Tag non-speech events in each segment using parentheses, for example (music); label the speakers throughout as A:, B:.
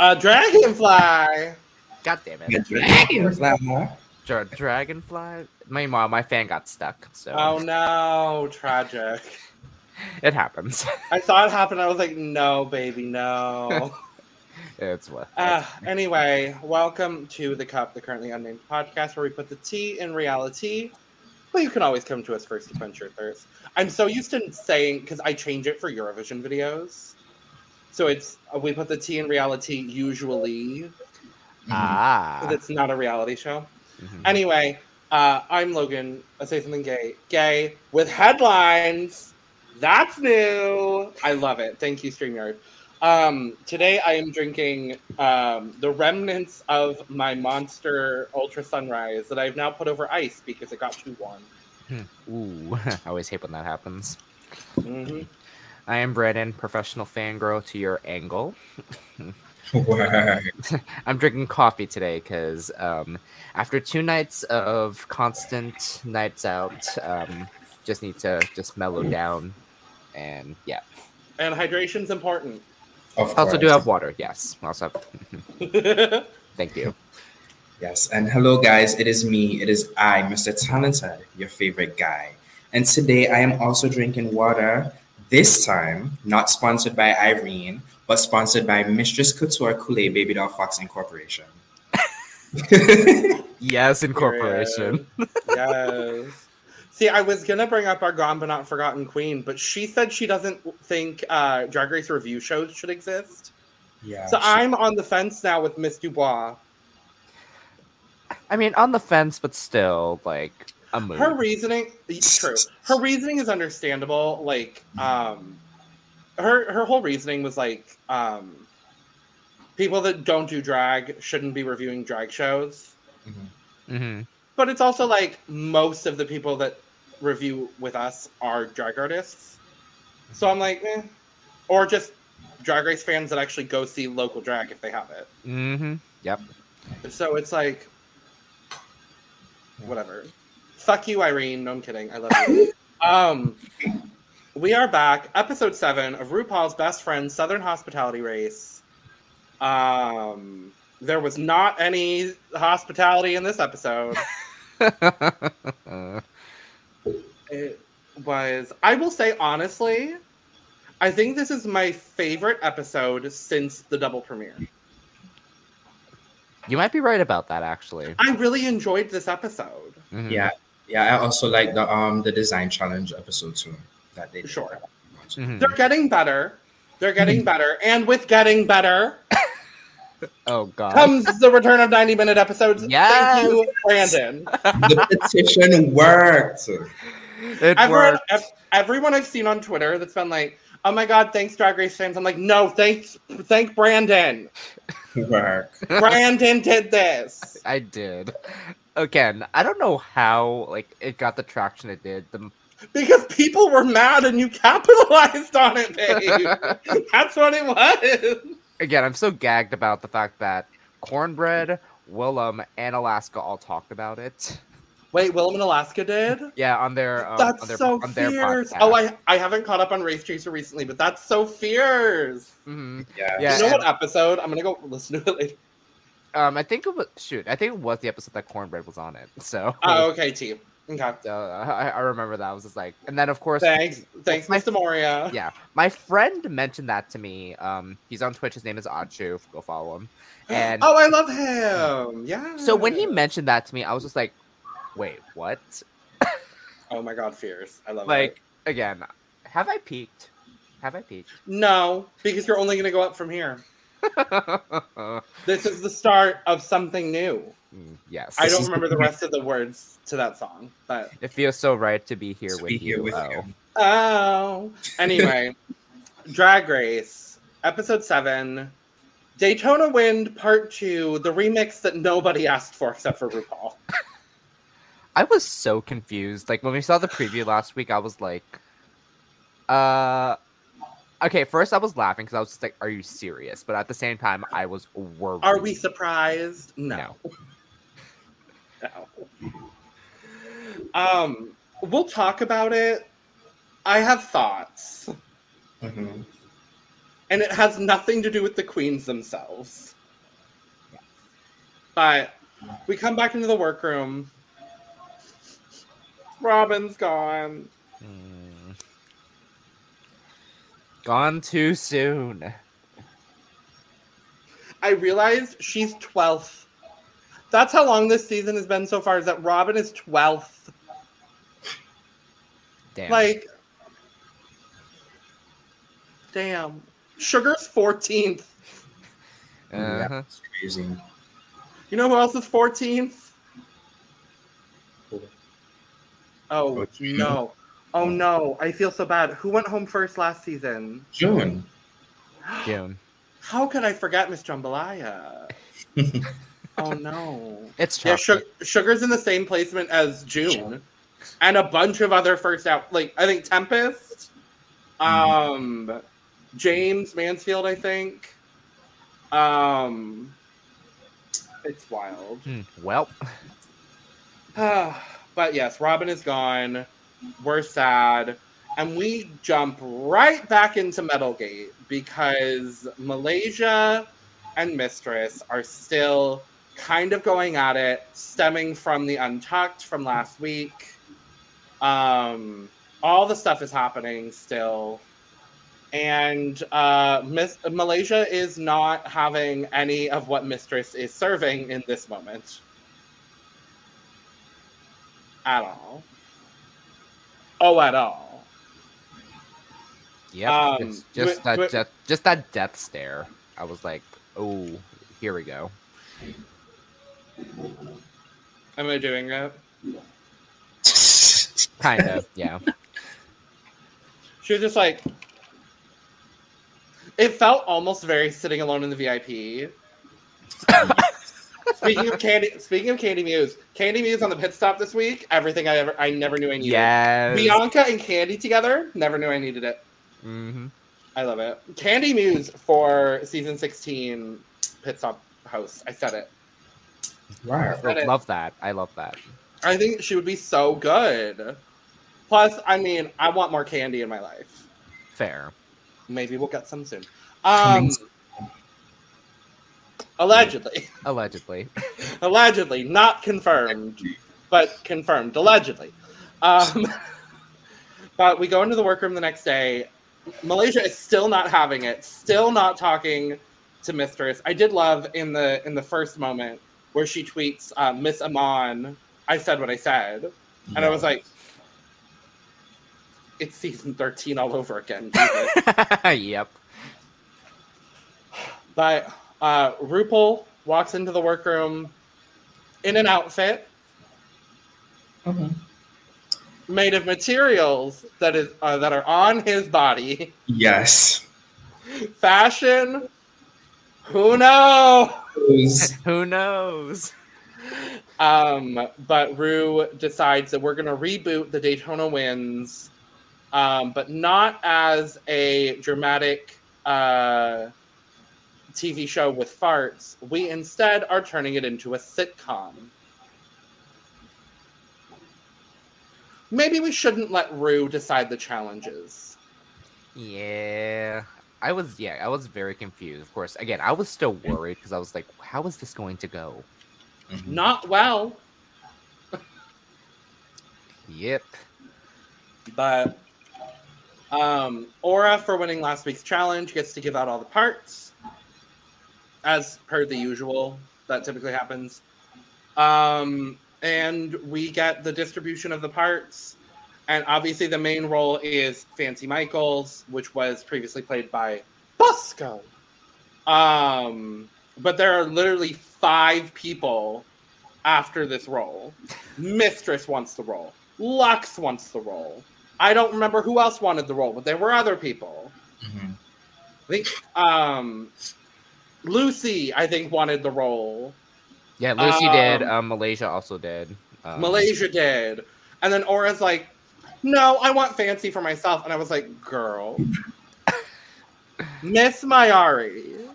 A: A dragonfly.
B: God damn it.
C: Yeah, dragonfly.
B: Dra- Dragonfly. Meanwhile, my fan got stuck, so
A: Oh no, tragic.
B: it happens. (laughs)
A: I saw it happen. I was like, no, baby, no.
B: it's what.
A: Uh, anyway, welcome to The Cup, the currently unnamed podcast where we put the tea in reality. But you can always come to us first to quench your thirst. I'm so used to saying, because I change it for Eurovision videos. So it's, uh, we put the tea in reality usually, mm-hmm.
B: ah.
A: because it's not a reality show.
B: Mhm.
A: Anyway, uh, I'm Logan. I say something gay. Gay with headlines. That's new. I love it. Thank you, StreamYard. Um, today I am drinking um, the remnants of my monster Ultra Sunrise that I've now put over ice because it got too warm.
B: Ooh, (laughs) I always hate when that happens.
A: Mhm.
B: I am Brandon, professional fangirl to your angle.
A: Mm-hmm.
C: (laughs)
B: I'm drinking coffee today because um, after two nights of constant nights out, um, just need to just mellow down. And yeah,
A: And hydration's important. (laughs)
C: Of
B: I also do
C: course.
B: have water. Yes, I also. Have, thank you.
C: Yes, and hello, guys. It is me. It is I, Mr. Talented, your favorite guy. And today I am also drinking water. This time, not sponsored by Irene, but sponsored by Mistress Couture Kool Aid Baby Doll Fox
A: (laughs)
C: Incorporation.
B: Yes, incorporation.
A: Period. yes. See, I was gonna bring up our gone but not forgotten queen, but she said she doesn't think uh, Drag Race review shows should exist.
C: yeah.
A: so I'm on the fence now with Miss Dubois.
B: I mean, on the fence, but still like a move.
A: Her reasoning, true. Her reasoning is understandable. Like, um, her her whole reasoning was like, um, people that don't do drag shouldn't be reviewing drag shows.
C: Mhm.
B: hmm
A: But it's also like most of the people that review with us are drag artists. So I'm like, eh. Or just drag race fans that actually go see local drag if they have it.
B: hmm Yep.
A: So it's like, whatever. Fuck you, Irene. No, I'm kidding. I love you. um, we are back. Episode seven of RuPaul's Best Friend Southern Hospitality Race. Um, there was not any hospitality in this episode. It was. I will say honestly, I think this is my favorite episode since the double premiere.
B: (laughs) you might be right about that, actually.
A: I really enjoyed this episode.
B: Mhm.
C: Yeah, yeah. I also like the um the design challenge episode too. That they did.
A: Sure.
B: Mhm.
A: They're getting better. They're
B: Hmm.
A: getting better, and with getting better
B: Oh God.
A: comes the return of ninety minute episodes.
B: Yes.
A: Thank you, Brandon.
C: The petition worked.
B: it
A: Everyone,
B: worked.
A: ev- everyone I've seen on Twitter that's been like, "Oh my God, thanks Drag Race fans." I'm like, "No, thanks, thank
B: (laughs)
A: Brandon.
C: Work.
A: Brandon did this."
B: I did. Again, I don't know how like it got the traction it did. The
A: Because people were mad and you capitalized on it,
B: (laughs)
A: babe. That's what it was.
B: again, I'm so gagged about the fact that Cornbread, Willem, and Alaska all talked about it.
A: Wait, Willem and Alaska did?
B: Yeah, on their um,
A: that's
B: on their,
A: so
B: on their
A: fierce.
B: podcast.
A: Oh, I I haven't caught up on Race Chaser recently, but that's so fierce.
B: Mhm.
C: Yeah.
B: Yeah.
A: you know
B: and-
A: what episode? I'm gonna go listen to it later.
B: Um, I think it was shoot. I think it was the episode that Cornbread was on it. So,
A: Oh, okay, T. Okay.
B: so uh, I, I remember that. I was just like, and then of course,
A: Thanks. Thanks,
B: my-
A: Miss Moria.
B: yeah, my friend mentioned that to me. Um, he's on Twitch. His name is Achu. Go follow him.
A: (laughs)
B: And
A: oh, I love him. Yeah.
B: so when he mentioned that to me, I was just like, wait, what?
A: Oh my god, fierce. I love it.
B: like again have i peaked have i peaked (laughs)
A: No, because you're only gonna go up from here. This is the start of something new.
B: Mm, yes
A: I don't remember the rest of the words to that song, but
B: it feels so right to be here
C: To
B: with
C: be
B: you,
C: here with
B: oh.
C: you.
A: Oh.
B: (laughs)
A: Anyway, Drag Race, episode seven, Daytona Wind, part two, the remix that nobody asked for except for RuPaul.
B: i was so confused like when we saw the preview last week i was like uh okay first i was laughing because i was just like are you serious but at the same time i was worried
A: Are we surprised? No.
B: no
A: no. Um, we'll talk about it. I have thoughts,
C: Mhm.
A: and it has nothing to do with the queens themselves. But we come back into the workroom. Robin's gone.
B: Hmm. Gone too soon.
A: I realized she's 12th. That's how long this season has been so far, is that Robin is 12th.
B: Damn.
A: Like, damn. Sugar's 14th.
B: Uh-huh.
C: That's crazy.
A: You know who else is 14th? Oh, no. Oh, no. I feel so bad. Who went home first last season?
C: June.
B: June.
A: How could I forget Miss (laughs) Jambalaya? oh, no.
B: It's
A: Yeah,
B: chocolate.
A: Sug- Sugar's in the same placement as June, and a bunch of other first out. Like I think Tempest,
B: Mm-hmm.
A: um, James Mansfield. I think. Um, it's wild.
B: Hmm, Well,
A: (sighs) but yes, Robin is gone. We're sad. And we jump right back into Metalgate because Malaysia and Mistress are still kind of going at it, stemming from the Untucked from last week. Um, all the stuff is happening still. And uh, Miss, Malaysia is not having any of what Mistress is serving in this moment at all. Oh, at all.
B: yep.
A: Um,
B: it's just
A: wh-
B: that,
A: wh-
B: death, just that death stare. I was like, oh, here we go.
A: Am I doing it?
B: Kind
A: (laughs)
B: of, yeah.
A: She was just like, it felt almost very sitting alone in the VIP. speaking of candy, speaking of Candy Muse, Candy Muse on the pit stop this week. Everything I ever, I never knew I needed.
B: Yes.
A: Bianca and Candy together, never knew I needed it.
B: hmm
A: I love it. Candy Muse for season sixteen pit stop host. I said it.
C: Wow.
A: Got it.
B: love that. I love that.
A: I think she would be so good. Plus, I mean, I want more candy in my life.
B: Fair.
A: Maybe we'll get some soon. Um, allegedly, (laughs)
B: Allegedly. (laughs)
A: allegedly, not confirmed, but confirmed, allegedly. Um, (laughs) but we go into the workroom the next day. Malaysia is still not having it. Still not talking to Mistress. I did love in the in the first moment where she tweets uh, Miss Amon. I said what I said. And I was like, it's season 13 all over again. Jesus.
B: yep.
A: (laughs) but uh, RuPaul walks into the workroom in an outfit
C: Mhm.
A: made of materials that is uh, that are on his body.
C: Yes.
A: Fashion, who knows?
C: Those-
B: Who knows?
A: Um, but Rue decides that we're going to reboot the Daytona wins, um, but not as a dramatic uh, TV show with farts. We instead are turning it into a sitcom. Maybe we shouldn't let Rue decide the challenges.
B: Yeah. I was yeah, I was very confused. Of course, again, I was still
C: Mm.
B: worried because I was like, how is this going to go?
C: Mhm.
A: Not well,
B: Yep.
A: but um, Aura for winning last week's challenge gets to give out all the parts, as per the usual that typically happens. Um, and we get the distribution of the parts, and obviously the main role is Fancy Michaels, which was previously played by Busco. Um, but there are literally five people after this role. Mistress wants the role. Lux wants the role. I don't remember who else wanted the role, but there were other people.
C: Mhm.
A: I think um, Lucy, I think, wanted the role.
B: Yeah, Lucy did.
A: Um,
B: Um, Malaysia also did. Um,
A: Malaysia did. And then Aura's like, no, I want fancy for myself. And I was like, girl, Miss Mayari,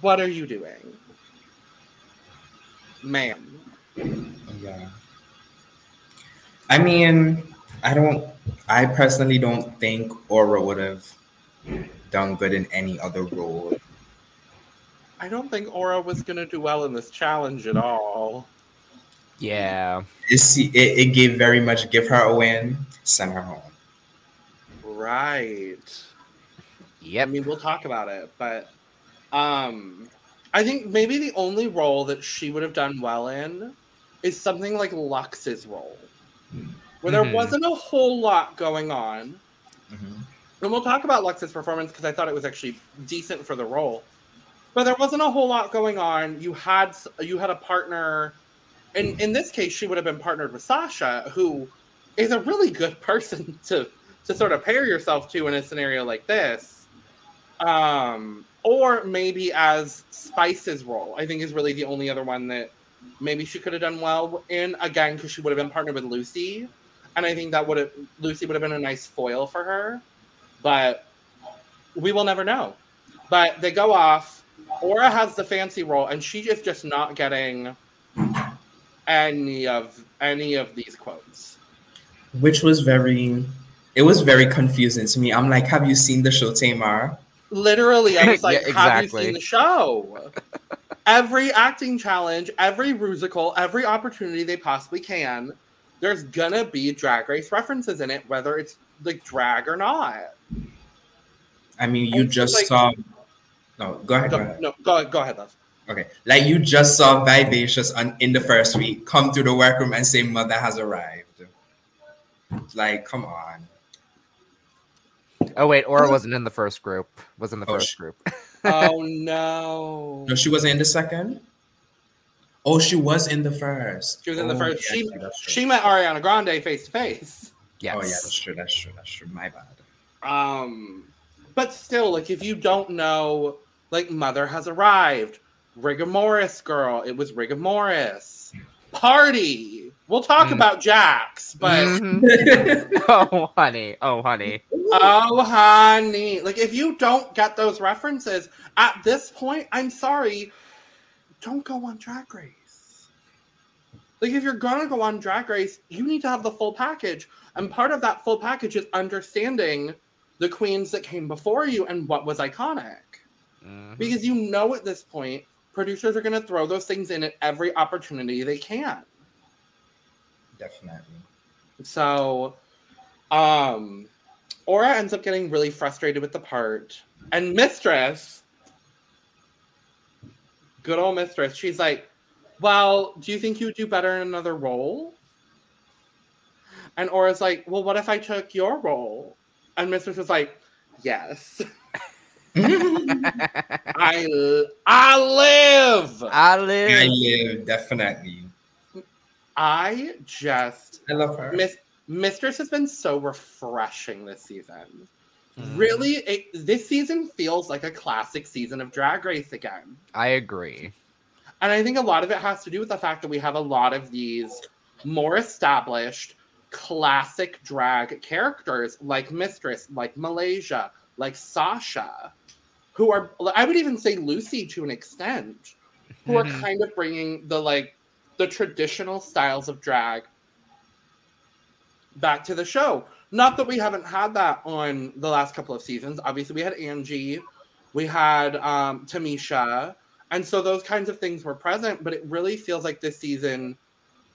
A: what are you doing? Ma'am.
C: Yeah. I mean, I don't. I personally don't think Aura would have done good in any other role.
A: I don't think Aura was gonna do well in this challenge at all.
B: Yeah.
C: It's, it, it gave very much give her a win, send her home.
A: Right. I
B: Yep.
A: mean, we'll talk about it, but um, I think maybe the only role that she would have done well in is something like Lux's role, where there
B: Mhm.
A: wasn't a whole lot going on.
C: Mhm.
A: And we'll talk about Lux's performance because I thought it was actually decent for the role. But there wasn't a whole lot going on. You had s- you had a partner, and in this case, she would have been partnered with Sasha, who is a really good (laughs) person to to sort of pair yourself to in a scenario like this. Um, or maybe as Spice's role, I think is really the only other one that maybe she could have done well in again because she would have been partnered with Lucy, and I think that would have Lucy would have been a nice foil for her but we will never know. But they go off. Aura has the fancy role, and she is just not getting any of any of these quotes.
C: Which was very, it was very confusing to me. I'm like, have you seen the show Tamar?
A: Literally, I was
B: (laughs) Yeah,
A: like, "Have you
B: exactly.
A: seen the show?" every acting challenge, every musical, every opportunity they possibly can, there's gonna be Drag Race references in it, whether it's like drag or not.
C: I mean, you
A: It's
C: just
A: like-
C: saw. No, go ahead. Go
A: Go,
C: ahead.
A: no, go go ahead, love.
C: Okay, like you just saw Vivacious on, in the first week come through the workroom and say, "Mother has arrived." Like, come on.
B: Oh wait, Aura wasn't in the first group. Was in the
C: Oh,
B: first
C: sh-
B: group. (laughs)
A: Oh no!
C: No, she wasn't in the second. Oh, she was in the first.
A: She was in the
C: Oh,
A: first.
C: yeah,
A: she
C: yeah, that's true.
A: she met Ariana Grande face to face.
B: Yes.
C: Oh yeah, that's
B: (laughs)
C: true. That's true. That's true. My bad.
A: Um, but still, like if you don't know, like Mother has arrived, Rigor Morris girl, it was Rigor Morris. Party. We'll talk
B: Mm.
A: about Jax, but
B: Mhm.
C: (laughs)
B: oh honey. Oh honey.
A: oh honey, like if you don't get those references at this point, I'm sorry, don't go on Drag Race. Like if you're gonna go on Drag Race, you need to have the full package. And part of that full package is understanding the queens that came before you and what was iconic.
B: Mhm.
A: Because you know at this point, producers are gonna throw those things in at every opportunity they can. (laughs)
C: Definitely.
A: So um Aura ends up getting really frustrated with the part. And Mistress, good old Mistress, she's like, Well, do you think you would do better in another role? And Aura's like, Well, what if I took your role? And Mistress was like, Yes. I I live.
B: I
C: I
B: live.
C: live definitely.
A: I just
C: I love her.
A: Miss Mistress has been so refreshing this season.
B: mm,
A: Really, it, this season feels like a classic season of Drag Race again.
B: I agree.
A: And I think a lot of it has to do with the fact that we have a lot of these more established classic drag characters like Mistress, like Malaysia, like Sasha, who are, I would even say Lucy to an extent, who are
B: Mhm.
A: kind of bringing the like, the traditional styles of drag back to the show. Not that we haven't had that on the last couple of seasons. Obviously, we had Angie, we had um, Tamisha, and so those kinds of things were present. But it really feels like this season,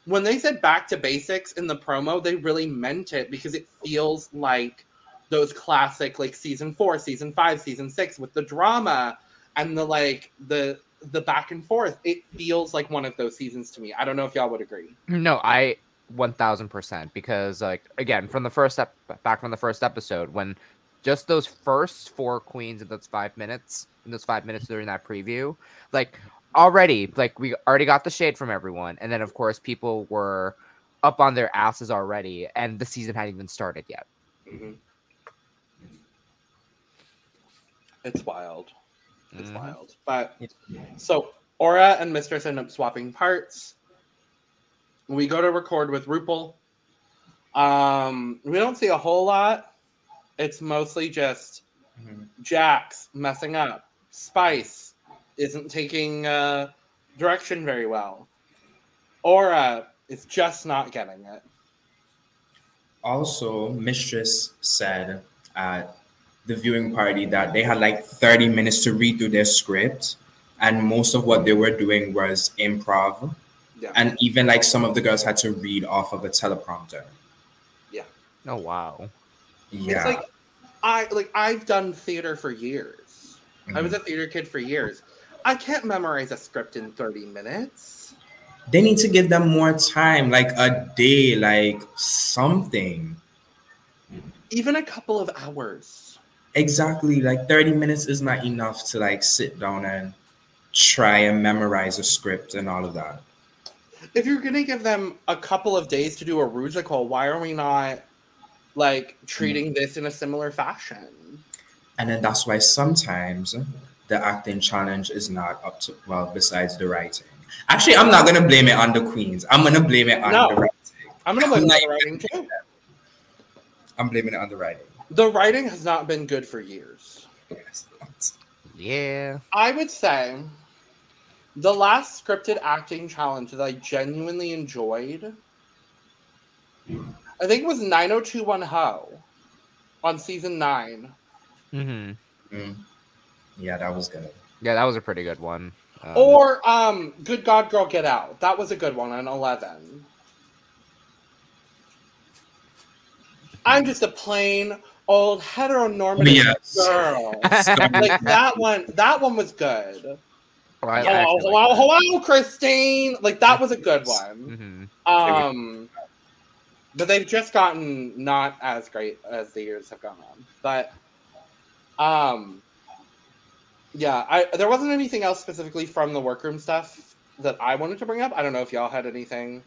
A: when they said back to basics in the promo, they really meant it because it feels like those classic, like season four, season five, season six, with the drama and the like the the back and forth. It feels like one of those seasons to me. I don't know if y'all would agree.
B: No, I 1000% because like again, from the first step back from the first episode when just those first four queens in those 5 minutes, in those 5 minutes during that preview, like already like we already got the shade from everyone and then of course people were up on their asses already and the season hadn't even started yet.
A: Mm-hmm. It's wild. It's
B: Mhm.
A: wild. But so Aura and Mistress end up swapping parts. We go to record with RuPaul. Um, we don't see a whole lot. It's mostly just
C: Mhm.
A: Jax messing up. Spice isn't taking uh, direction very well. Aura is just not getting it.
C: Also, Mistress said at the viewing party that they had like 30 minutes to read through their script and most of what they were doing was improv.
A: Yeah.
C: And even like some of the girls had to read off of a teleprompter.
B: Oh wow.
C: Yeah.
A: It's like I like I've done theater for years. I was
C: Mhm.
A: a theater kid for years. I can't memorize a script in 30 minutes.
C: Mm-hmm. they need to give them more time, like a day, like something.
A: Even a couple of hours.
C: Exactly. Like 30 minutes is not enough to like sit down and try and memorize a script and all of that.
A: If you're gonna give them a couple of days to do a rusical, why are we not like treating this in a similar fashion?
C: And then that's why sometimes the acting challenge is not up to well, besides the writing. Actually, I'm not gonna blame it on the queens. I'm gonna blame it on
A: No.
C: the writing.
A: I'm gonna blame
C: Like-
A: the writing too.
C: I'm blaming it on the writing.
A: The writing has not been good for years.
C: Yes.
B: Yeah.
A: I would say the last scripted acting challenge that I genuinely enjoyed, I think it was 90210 on season nine.
B: Mm-hmm.
C: Mm. Yeah, that was good.
B: Yeah, that was a pretty good one. Um,
A: Or um Good God Girl Get Out. That was a good one on 11. I'm just a plain old heteronormative
C: Yes.
A: girl. like that one that one was good.
B: or (laughs) I,
A: Hello, hello, hello, Christine. Like that was a good one.
B: hmm
A: Um, but they've just gotten not as great as the years have gone on. But, um, yeah, I there wasn't anything else specifically from the workroom stuff that I wanted to bring up. I don't know if y'all had anything.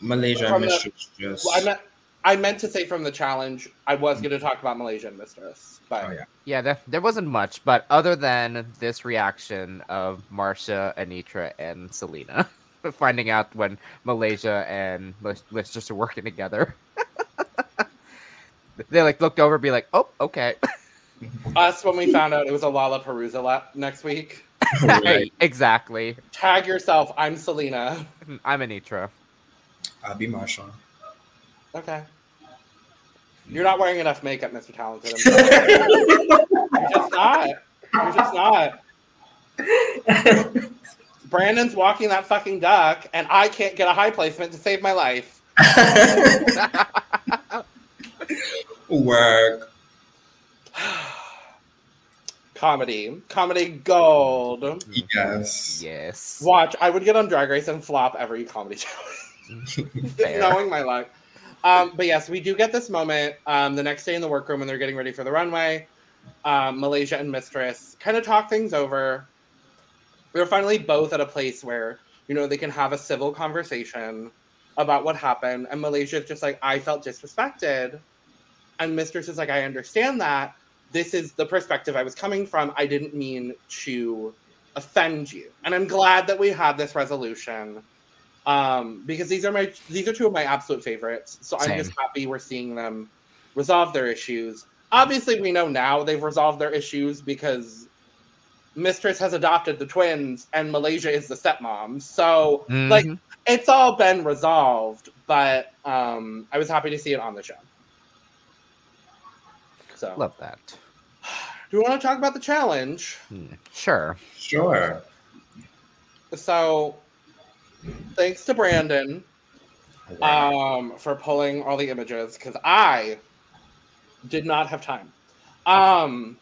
C: Malaysia
A: From the-
C: mistress just
A: Well, I meant I meant to say from the challenge. I was going to talk about Malaysian Mistress, but
C: Oh, yeah.
B: Yeah, there, there wasn't much, but other than this reaction of Marcia, Anitra, and Selena (laughs) finding out when Malaysia and Lis- Lister are working together, (laughs) they like looked over, and be like, "Oh, okay, (laughs)
A: us when we found out it was a Lala Perusa lap next week.
C: (laughs) Right.
B: exactly.
A: Tag yourself. I'm Selena. (laughs)
B: I'm Anitra." (laughs)
C: I'll be Marshall.
A: Okay. You're not wearing enough makeup, Mr. Talented. I'm sorry. You're just not. You're just not. Brandon's walking that fucking duck, and I can't get a high placement to save my life.
C: (laughs)
A: (sighs)
C: Work.
A: Comedy. Comedy gold.
C: Yes.
B: Yes.
A: Watch, I would get on Drag Race and flop every comedy challenge, (laughs)
B: Fair.
A: knowing my luck. Um, but yes, we do get this moment um, the next day in the workroom when they're getting ready for the runway. Um, Malaysia and Mistress kind of talk things over. They're finally both at a place where, you know, they can have a civil conversation about what happened. And Malaysia's just like, I felt disrespected. And Mistress is like, I understand that. This is the perspective I was coming from. I didn't mean to offend you. And I'm glad that we had this resolution. Um, because these are my these are two of my absolute favorites. So I'm
B: Same.
A: just happy we're seeing them resolve their issues. Obviously, we know now they've resolved their issues because Mistress has adopted the twins and Malaysia is the stepmom. So like
B: Mhm.
A: it's all been resolved, but um, I was happy to see it on the show. So,
B: love that.
A: do we want to talk about the challenge?
B: Hmm. Sure.
C: Sure.
A: So, thanks to Brandon um, for pulling all the images because I did not have time. Um,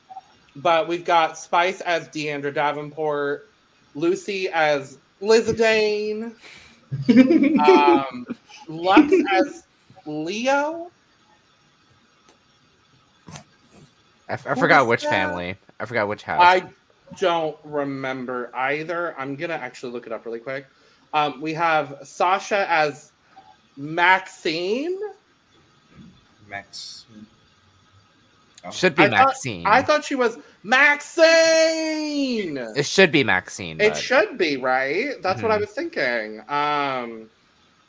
A: but we've got Spice as Deandra Davenport, Lucy as Lizadane, um, Lux as Leo.
B: I, f- I
A: Who
B: forgot
A: was
B: which
A: that?
B: family. I forgot which house.
A: I don't remember either. I'm gonna actually look it up really quick. Um, we have Sasha as Maxine.
C: Max.
B: should be
A: I thought-
B: Maxine.
A: I thought she was Maxine.
B: it should be Maxine.
A: It
B: but-
A: should be right. That's what I
B: Mhm.
A: was thinking. Um,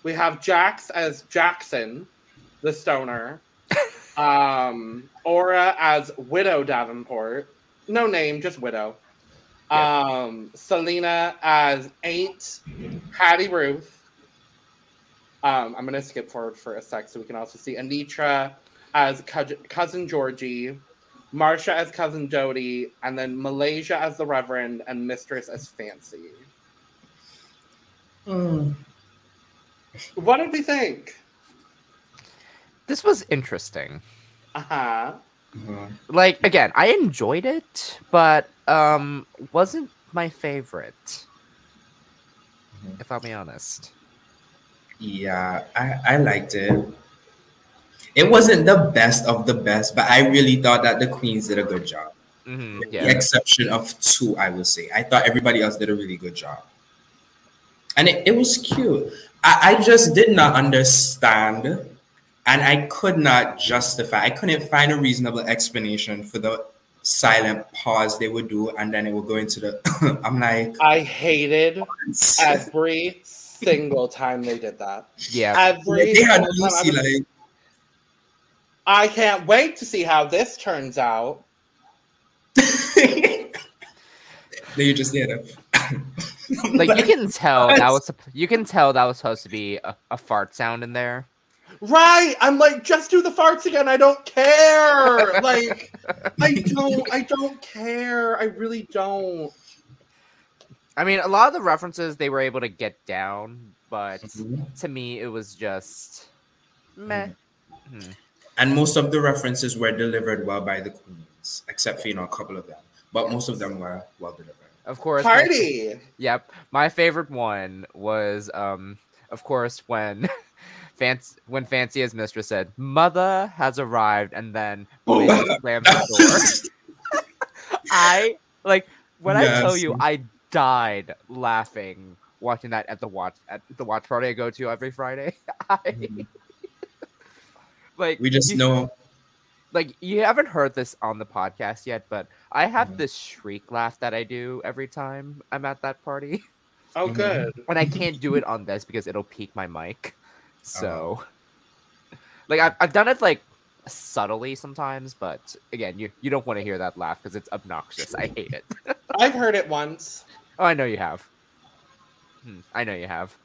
A: we have Jax as Jackson, the stoner. um, Aura as Widow Davenport. No name, just Widow.
B: Yeah.
A: Um, Selena as Ain't Patty Ruth. Um, I'm gonna skip forward for a sec so we can also see Anitra as Cous- cousin Georgie. Marsha as cousin Jody, and then Malaysia as the Reverend, and Mistress as Fancy.
C: Mm.
A: What did we think?
B: This was interesting.
A: Uh huh.
C: Mhm.
B: Like again, I enjoyed it, but um wasn't my favorite.
C: Mhm.
B: If I'll be honest.
C: Yeah, I, I liked it. It wasn't the best of the best, but I really thought that the queens did a good job.
B: Mhm,
C: With
B: yeah.
C: The exception of two, I will say. I thought everybody else did a really good job. And it, it was cute. I, I just did not understand and I could not justify, I couldn't find a reasonable explanation for the silent pause they would do and then it would go into the (coughs) I'm like
A: I hated every single time they did that.
B: Yeah.
A: Every
C: they had
A: single time. I
C: Lucy
A: was
C: like
A: I can't wait to see how this turns out.
C: no, you just did it.
B: Like you can tell that
C: Yes.
B: was you can tell that was supposed to be a, a fart sound in there.
A: Right. I'm like, just do the farts again. I don't care. Like, I don't I don't care. I really don't.
B: I mean, a lot of the references they were able to get down, but
C: Mm-hmm.
B: to me it was just meh. Mhm.
C: And most of the references were delivered well by the queens, except for you know a couple of them. But most of them were well delivered.
B: Of course, my-
A: Party.
B: Yep. My favorite one was um of course when (laughs) Fancy when Fancy as mistress said, Mother has arrived and then
C: Oh.
B: Malaysia slammed the
C: (laughs)
B: door. I like when I tell
C: Yes.
B: you I died laughing watching that at the watch at the watch party I go to every Friday. (laughs) I, like
C: (laughs) we just
B: you-
C: know
B: like you haven't heard this on the podcast yet, but I have
C: Mhm.
B: this shriek laugh that I do every time I'm at that party.
A: Oh
B: Mm-hmm.
A: good.
C: Mhm.
A: (laughs)
B: and I can't do it on this because it'll peak my mic. So,
A: Oh.
B: (laughs) like I've, I've done it like subtly sometimes, but again, you you don't want to hear that laugh because it's obnoxious. I
A: (laughs)
B: hate it.
A: I've heard it once.
B: Oh, I know you have. Hmm, I know you have.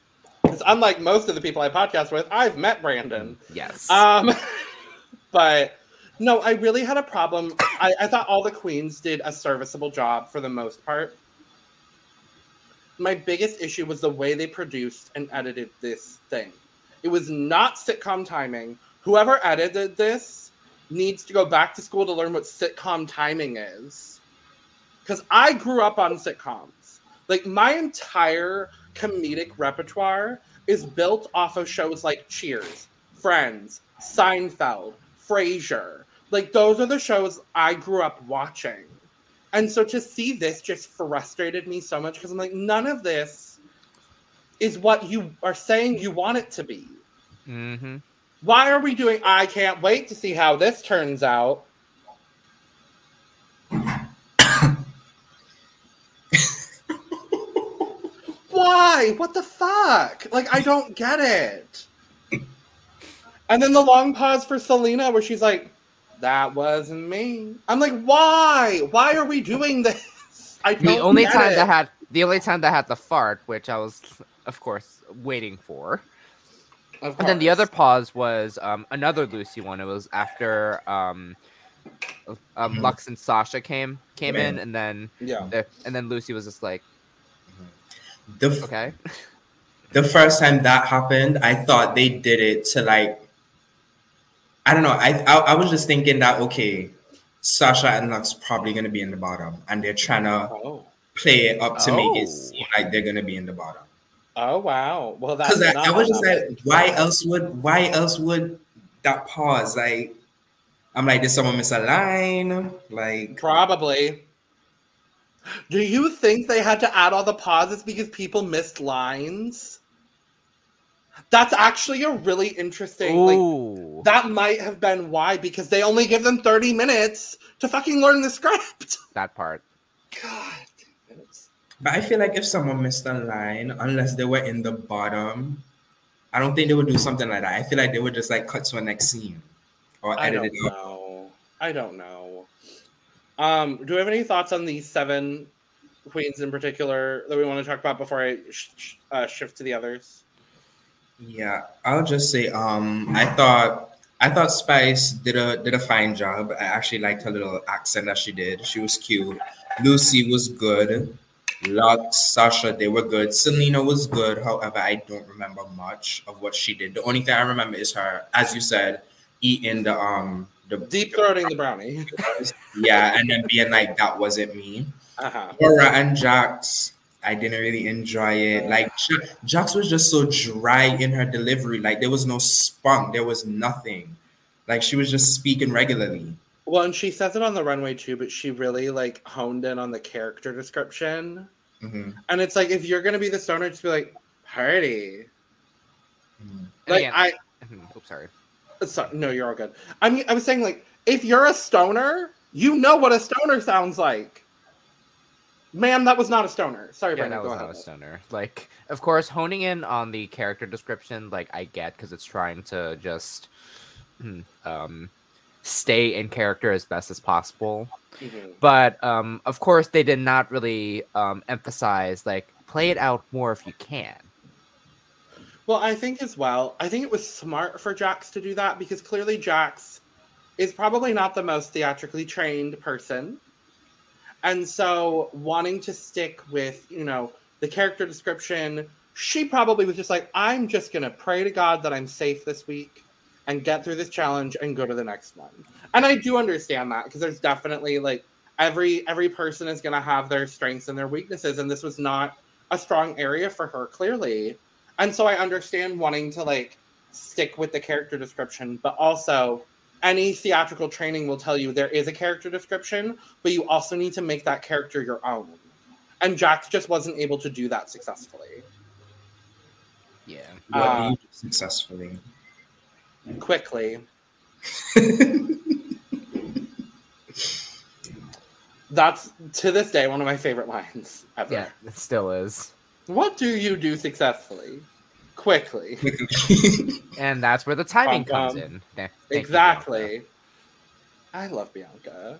A: 'Cause unlike most of the people I podcast with, I've met Brandon.
B: Yes.
A: Um, (laughs) but no, I really had a problem. I, I thought all the queens did a serviceable job for the most part. My biggest issue was the way they produced and edited this thing. It was not sitcom timing. Whoever edited this needs to go back to school to learn what sitcom timing is. Because I grew up on sitcoms. Like, my entire comedic repertoire is built off of shows like Cheers, Friends, Seinfeld, Frasier. Like those are the shows I grew up watching. And so to see this just frustrated me so much because I'm like, none of this is what you are saying you want it to be.
B: mm-hmm.
A: Why are we doing I can't wait to see how this turns out? Why? What the fuck? Like I don't get it. And then the long pause for Selena where she's like, that wasn't me. I'm like, why? Why are we doing this? I don't
B: The only
A: get
B: time
A: it.
B: that had the only time that had the fart, which I was, of course, waiting for.
A: Of
B: And then the
A: course.
B: other pause was um, another Lucy one. It was after um, um,
C: Mhm.
B: Lux and Sasha came came in,
C: Man.
B: and then
A: Yeah.
B: the- and then Lucy was just like,
C: the f-
B: okay,
C: the first time that happened, I thought they did it to like I don't know. I I, I was just thinking that okay, Sasha and Lux probably gonna be in the bottom, and they're trying to
A: Oh.
C: play it up to make
B: Oh.
C: it seem like they're gonna be in the bottom.
A: Oh wow. Well that's
C: because I,
A: not
C: I was
A: how
C: just
A: that
C: like, why else would why else would that pause? Like, I'm like, did someone miss a line? Like,
A: Probably. Do you think they had to add all the pauses because people missed lines? That's actually a really interesting. Like,
B: ooh,
A: that might have been why, because they only give them 30 minutes to fucking learn the script. (laughs)
B: that part.
A: God. damn it.
C: but I feel like if someone missed a line, unless they were in the bottom, I don't think they would do something like that. I feel like they would just like cut to a next scene or
A: I
C: edit
A: don't
C: it out.
A: know. I don't know. Um, do we have any thoughts on these seven queens in particular that we want to talk about before I sh- sh- uh, shift to the others?
C: Yeah, I'll just say, um, I thought I thought Spice did a did a fine job. I actually liked her little accent that she did. She was cute. Lucy was good. Lux, Sasha, they were good. Selena was good. However, I don't remember much of what she did. The only thing I remember is her, as you said, eating the um the
A: Deep throating the brownie. (laughs)
C: yeah, and then being like that wasn't me.
A: Uh-huh.
C: Laura and Jax, I didn't really enjoy it. Like Ja- Jax was just so dry in her delivery. Like there was no spunk. There was nothing. Like she was just speaking regularly.
A: Well, and she says it on the runway too, but she really like honed in on the character description.
C: Mhm,
A: And it's like if you're gonna be the stoner, just be like party.
C: mhm.
B: And
A: Like
B: again-
A: I
B: (laughs) Oops, sorry.
A: So, no, you're all good. I mean, I was saying like, if you're a stoner, you know what a stoner sounds like. Ma'am, that was not a stoner. Sorry,
B: Yeah,
A: Brandon.
B: that
A: go
B: was
A: ahead.
B: not a stunner. Like, of course, honing in on the character description, like I get, because it's trying to just um stay in character as best as possible.
A: Mhm.
B: But um, of course, they did not really um emphasize like play it out more if you can.
A: Well, I think as well. I think it was smart for Jax to do that because clearly Jax is probably not the most theatrically trained person. And so wanting to stick with, you know, the character description, she probably was just like, I'm just going to pray to God that I'm safe this week and get through this challenge and go to the next one. And I do understand that because there's definitely like every every person is going to have their strengths and their weaknesses and this was not a strong area for her clearly. And so I understand wanting to like stick with the character description, but also any theatrical training will tell you there is a character description, but you also need to make that character your own. And Jax just wasn't able to do that successfully.
B: Yeah.
C: What do
A: Uh,
C: you do
A: (laughs)
C: successfully? (laughs)
A: quickly. That's to this day one of my favorite lines ever.
B: Yeah, it still is.
A: What do you do successfully?
B: (laughs)
A: Quickly.
B: And that's where the timing comes
A: Bum,
B: in. Th- thank you, Bianca.
A: um, exactly. I love Bianca.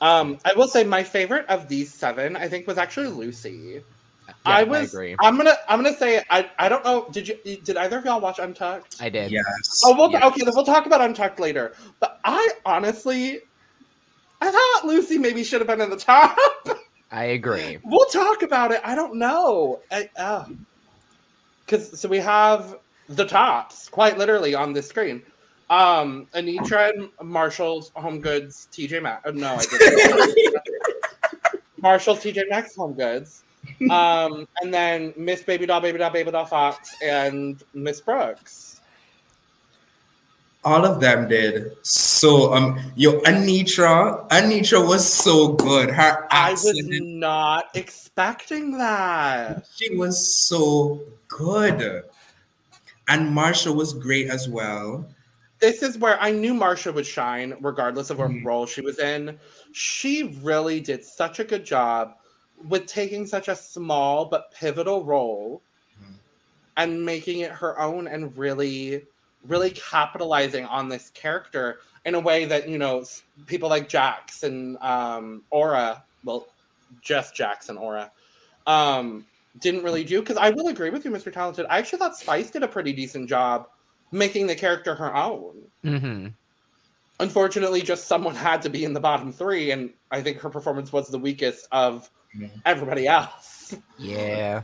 A: Um, I will say my favorite of these seven, I think, was actually Lucy.
B: Yeah,
A: I was.
B: agree.
A: am gonna. I'm gonna say. I. I don't know. Did you? Did either of y'all watch Untucked?
B: I did.
C: yes.
A: Oh, we'll
B: Yeah.
A: okay. Then we'll talk about Untucked later. But I honestly, I thought Lucy maybe should have been in the top.
B: I agree.
A: we'll talk about it. I don't know. Because so we have the tops quite literally on this screen. Um, Anitra and Marshall's Home Goods, TJ Maxx. Oh, no, I didn't. Marshall's TJ Maxx Home Goods. Um, and then Miss Baby Doll, Baby Doll, Baby Doll Fox, and Miss Brooks.
C: All of them did. So um yo Anitra, Anitra was so good. Her
A: I was
C: accent
A: not expecting that.
C: She was so good. And Marsha was great as well.
A: This is where I knew Marsha would shine, regardless of what
C: Mhm.
A: role she was in. She really did such a good job with taking such a small but pivotal role
C: Mhm.
A: and making it her own and really, really capitalizing on this character in a way that, you know, s- people like Jax and um, Aura, well, just Jax and Aura, um, didn't really do. Because I will agree with you, Mr. Talented. I actually thought Spice did a pretty decent job making the character her own.
B: hmm
A: Unfortunately, just someone had to be in the bottom three, and I think her performance was the weakest of
C: Yeah.
A: everybody
B: (laughs)
A: else.
B: Yeah.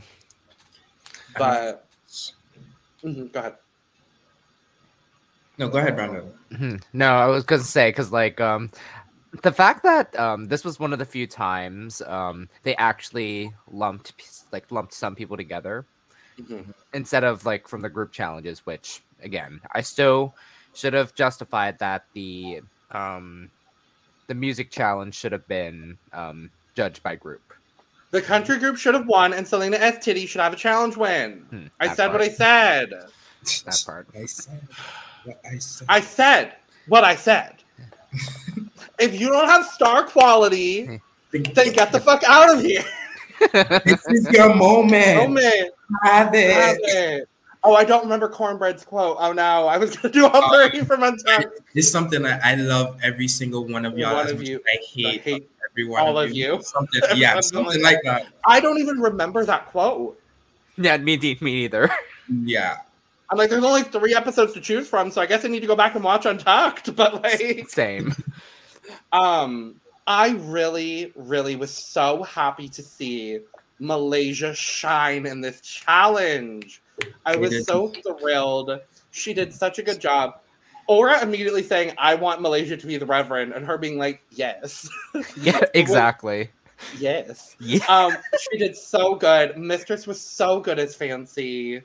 A: But Mhm, go ahead.
C: No, go ahead, Brandon.
B: Mhm. No, I was gonna say because like um, the fact that um, this was one of the few times um, they actually lumped p- like lumped some people together Mm-hmm.
A: Mhm.
B: instead of like from the group challenges, which again I still should have justified that the um, the music challenge should have been um, judged by group.
A: The country group should have won, and Selena S. Titty should have a challenge win.
B: Hmm,
A: I
B: that
A: said what I
B: part.
A: said.
B: That part.
C: I said what I said.
A: I said what I
B: (laughs)
A: said. if you don't have star quality, then get the fuck out of
B: (laughs)
A: here.
C: this is your moment.
A: Oh man.
C: Have it.
A: Have it. Oh, I don't remember Cornbread's quote. Oh no, I was gonna do a
B: Oh.
A: parody from Untucked.
C: It's something that I love every single one of y'all.
A: One
C: as
A: of
C: much
A: you.
C: as I
A: I
C: hate,
A: hate-
C: every one
A: all
C: of
A: of you.
C: Something,
A: (laughs)
C: yeah,
A: Everyone
C: something
A: like
C: like that.
A: I don't even remember that quote.
B: Yeah, me, me neither.
C: Yeah.
A: I'm like, there's only three episodes to choose from, so I guess I need to go back and watch Untucked. (laughs) But (laughs) like, (laughs)
B: Same.
A: um, I really, really was so happy to see Malaysia shine in this challenge. I was so thrilled. She did such a good job. Aura immediately saying, I want Malaysia to be the Reverend, and her being like, Yes, (laughs)
B: Yeah, exactly.
A: yes.
B: Yeah.
A: Um, she did so good. Mistress was so good as Fancy.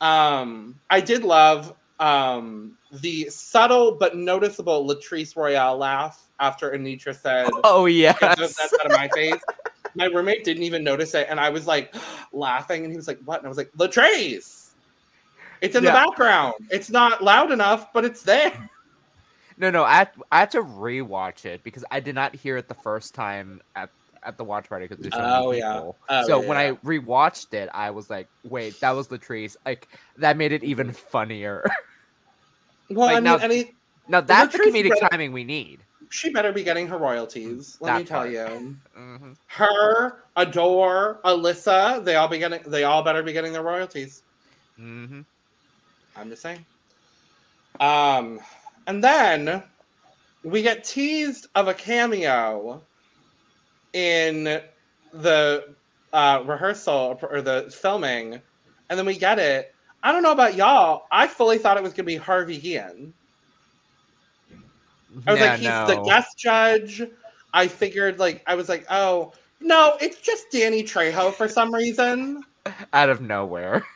A: Um, I did love um the subtle but noticeable Latrice Royale laugh after Anitra said,
B: Oh yes.
A: "Get those nuts out of my face." My roommate didn't even notice it, and I was like (gasps) laughing, and he was like, "What?" And I was like, "Latrice." It's in
B: Yeah.
A: the background. It's not loud enough, but it's there.
B: No, no, I had, I had to rewatch it because I did not hear it the first time at at the watch party because there's so
A: Oh,
B: many
A: yeah.
B: people.
A: Oh,
B: so
A: yeah,
B: when
A: yeah.
B: I rewatched it, I was like, "Wait, that was Latrice." Like that made it even funnier. (laughs)
A: Well, I
B: Like,
A: mean,
B: now-
A: any
B: now that's the
A: Latrice
B: comedic
A: better-
B: timing we need.
A: she better be getting her royalties. Let
B: That
A: me tell
B: part.
A: you.
B: Mhm.
A: her, Adore, Alyssa, they all be getting they all better be getting their royalties.
B: Mhm.
A: I'm just saying. Um and then we get teased of a cameo in the uh, rehearsal or the filming, and then we get it. I don't know about y'all. I fully thought it was gonna be Harvey Guillen. I was
B: Yeah,
A: like, he's
B: no.
A: the guest judge. I figured, like, I was like, oh, no, it's just Danny Trejo for some reason.
B: out of nowhere.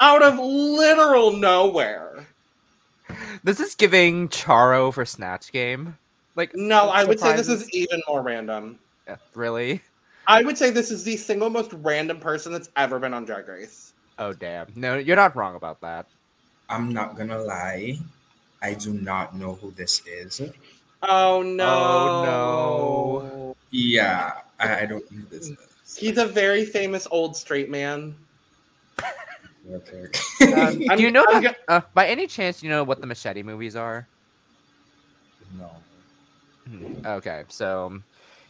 A: Out of literal nowhere.
B: This is giving Charo for Snatch Game. Like,
A: No, I would say this is
B: Surprises.
A: even more random.
B: eh, really?
A: I would say this is the single most random person that's ever been on Drag Race.
B: Oh damn! No, you're not wrong about that.
C: I'm not gonna lie. I do not know who this is.
A: Oh no.
B: Oh,
C: Yeah, I, I don't know who this is.
A: He's a very famous old straight
B: (laughs)
A: man.
C: Okay.
A: Um,
B: Do you know
A: I'm
B: that, uh, by any chance you know what the Machete movies are?
C: (laughs) no.
B: Hmm, Okay, so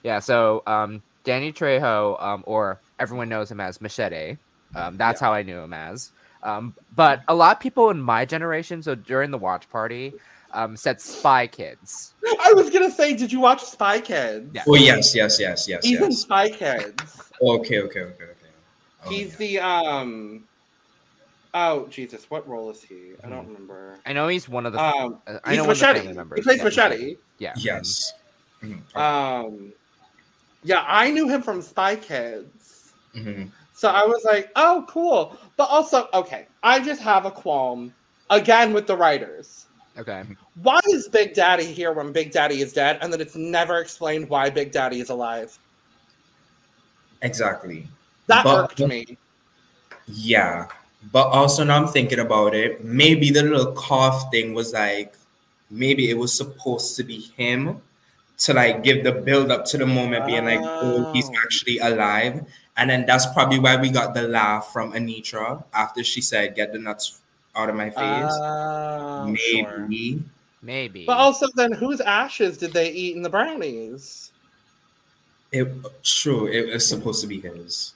B: yeah, so um, Danny Trejo, um, or everyone knows him as Machete. Um, that's how I knew him as. Um, but a lot of people in my generation, so during the watch party, um, said Spy Kids.
A: gonna- I was gonna say, did you watch Spy Kids?
B: Yeah.
C: Oh yes, yes, yes, yes,
A: He's in
C: yes.
A: Spy Kids.
B: Oh,
C: Okay, okay, okay, okay. Oh,
A: He's
C: yeah.
A: the um. Oh Jesus, what role is he? I don't remember.
B: I know he's one of Hmm. the.
A: Um,
B: uh, I
A: he's
B: know One of the
A: machete.
B: family members.
A: He plays
B: yeah,
A: machete.
B: Yeah.
C: yes. Mhm, okay,
A: Um, yeah, I knew him from Spy Kids,
C: mhm.
A: so I was like, oh, cool. But also, okay, I just have a qualm again with the writers.
B: Okay.
A: Why is Big Daddy here when Big Daddy is dead, and then it's never explained why Big Daddy is alive?
C: Exactly.
A: That
C: But-
A: irked me.
C: Yeah. But also now I'm thinking about it, maybe the little cough thing was like maybe it was supposed to be him to like give the build up to the moment being like, oh, he's
A: Oh.
C: actually alive. And then that's probably why we got the laugh from Anitra after she said, get the nuts out of my face.
A: Oh, sure.
C: maybe.
B: Maybe.
A: But also, then whose ashes did they eat in the brownies?
C: It true, it was supposed to be his.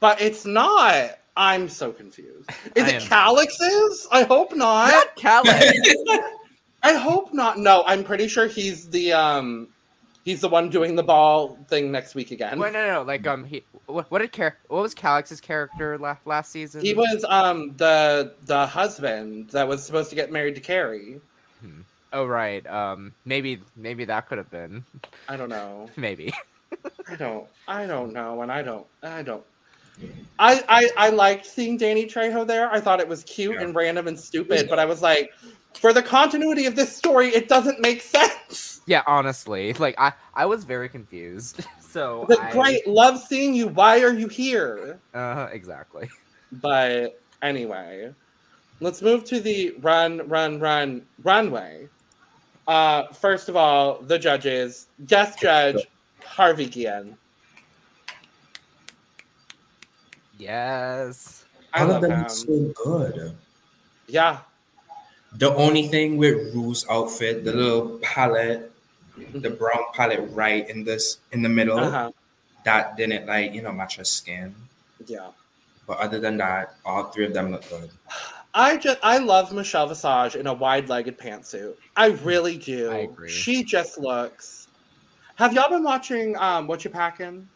A: But it's not. I'm so confused. Is
B: I
A: it
B: am-
A: Calix's? I hope not.
B: not Callie. (laughs)
A: I hope not. No, I'm pretty sure he's the um, he's the one doing the ball thing next week again.
B: Well, no, no, no, like um, he what, what did care? What was Calix's character last last season?
A: He was um the the husband that was supposed to get married to Carrie.
B: Oh right, um, maybe maybe that could have been (laughs)
A: I don't know.
B: maybe.
A: I don't. I don't know, and I don't. I don't. I, I I liked seeing Danny Trejo there. I thought it was cute
C: Yeah.
A: and random and stupid, but I was like, for the continuity of this story, it doesn't make sense.
B: Yeah, honestly, (laughs) like I I was very confused. (laughs) So
A: Like,
B: I-
A: great, love seeing you. Why are you here?
B: Uh, exactly. (laughs)
A: But anyway, let's move to the run, run, run runway. Uh, first of all, the judges, guest judge Harvey Guillen.
B: Yes.
A: I
C: All of
A: love
C: them
A: him.
C: look so good.
A: Yeah.
C: The only thing with Rue's outfit, the little palette, the brown palette right in this in the middle,
A: Uh-huh.
C: that didn't like you know match her skin.
A: Yeah.
C: But other than that, all three of them look good.
A: I just I love Michelle Visage in a wide-legged pantsuit. I really do.
B: I agree.
A: She just looks. Have y'all been watching um What You Packin'?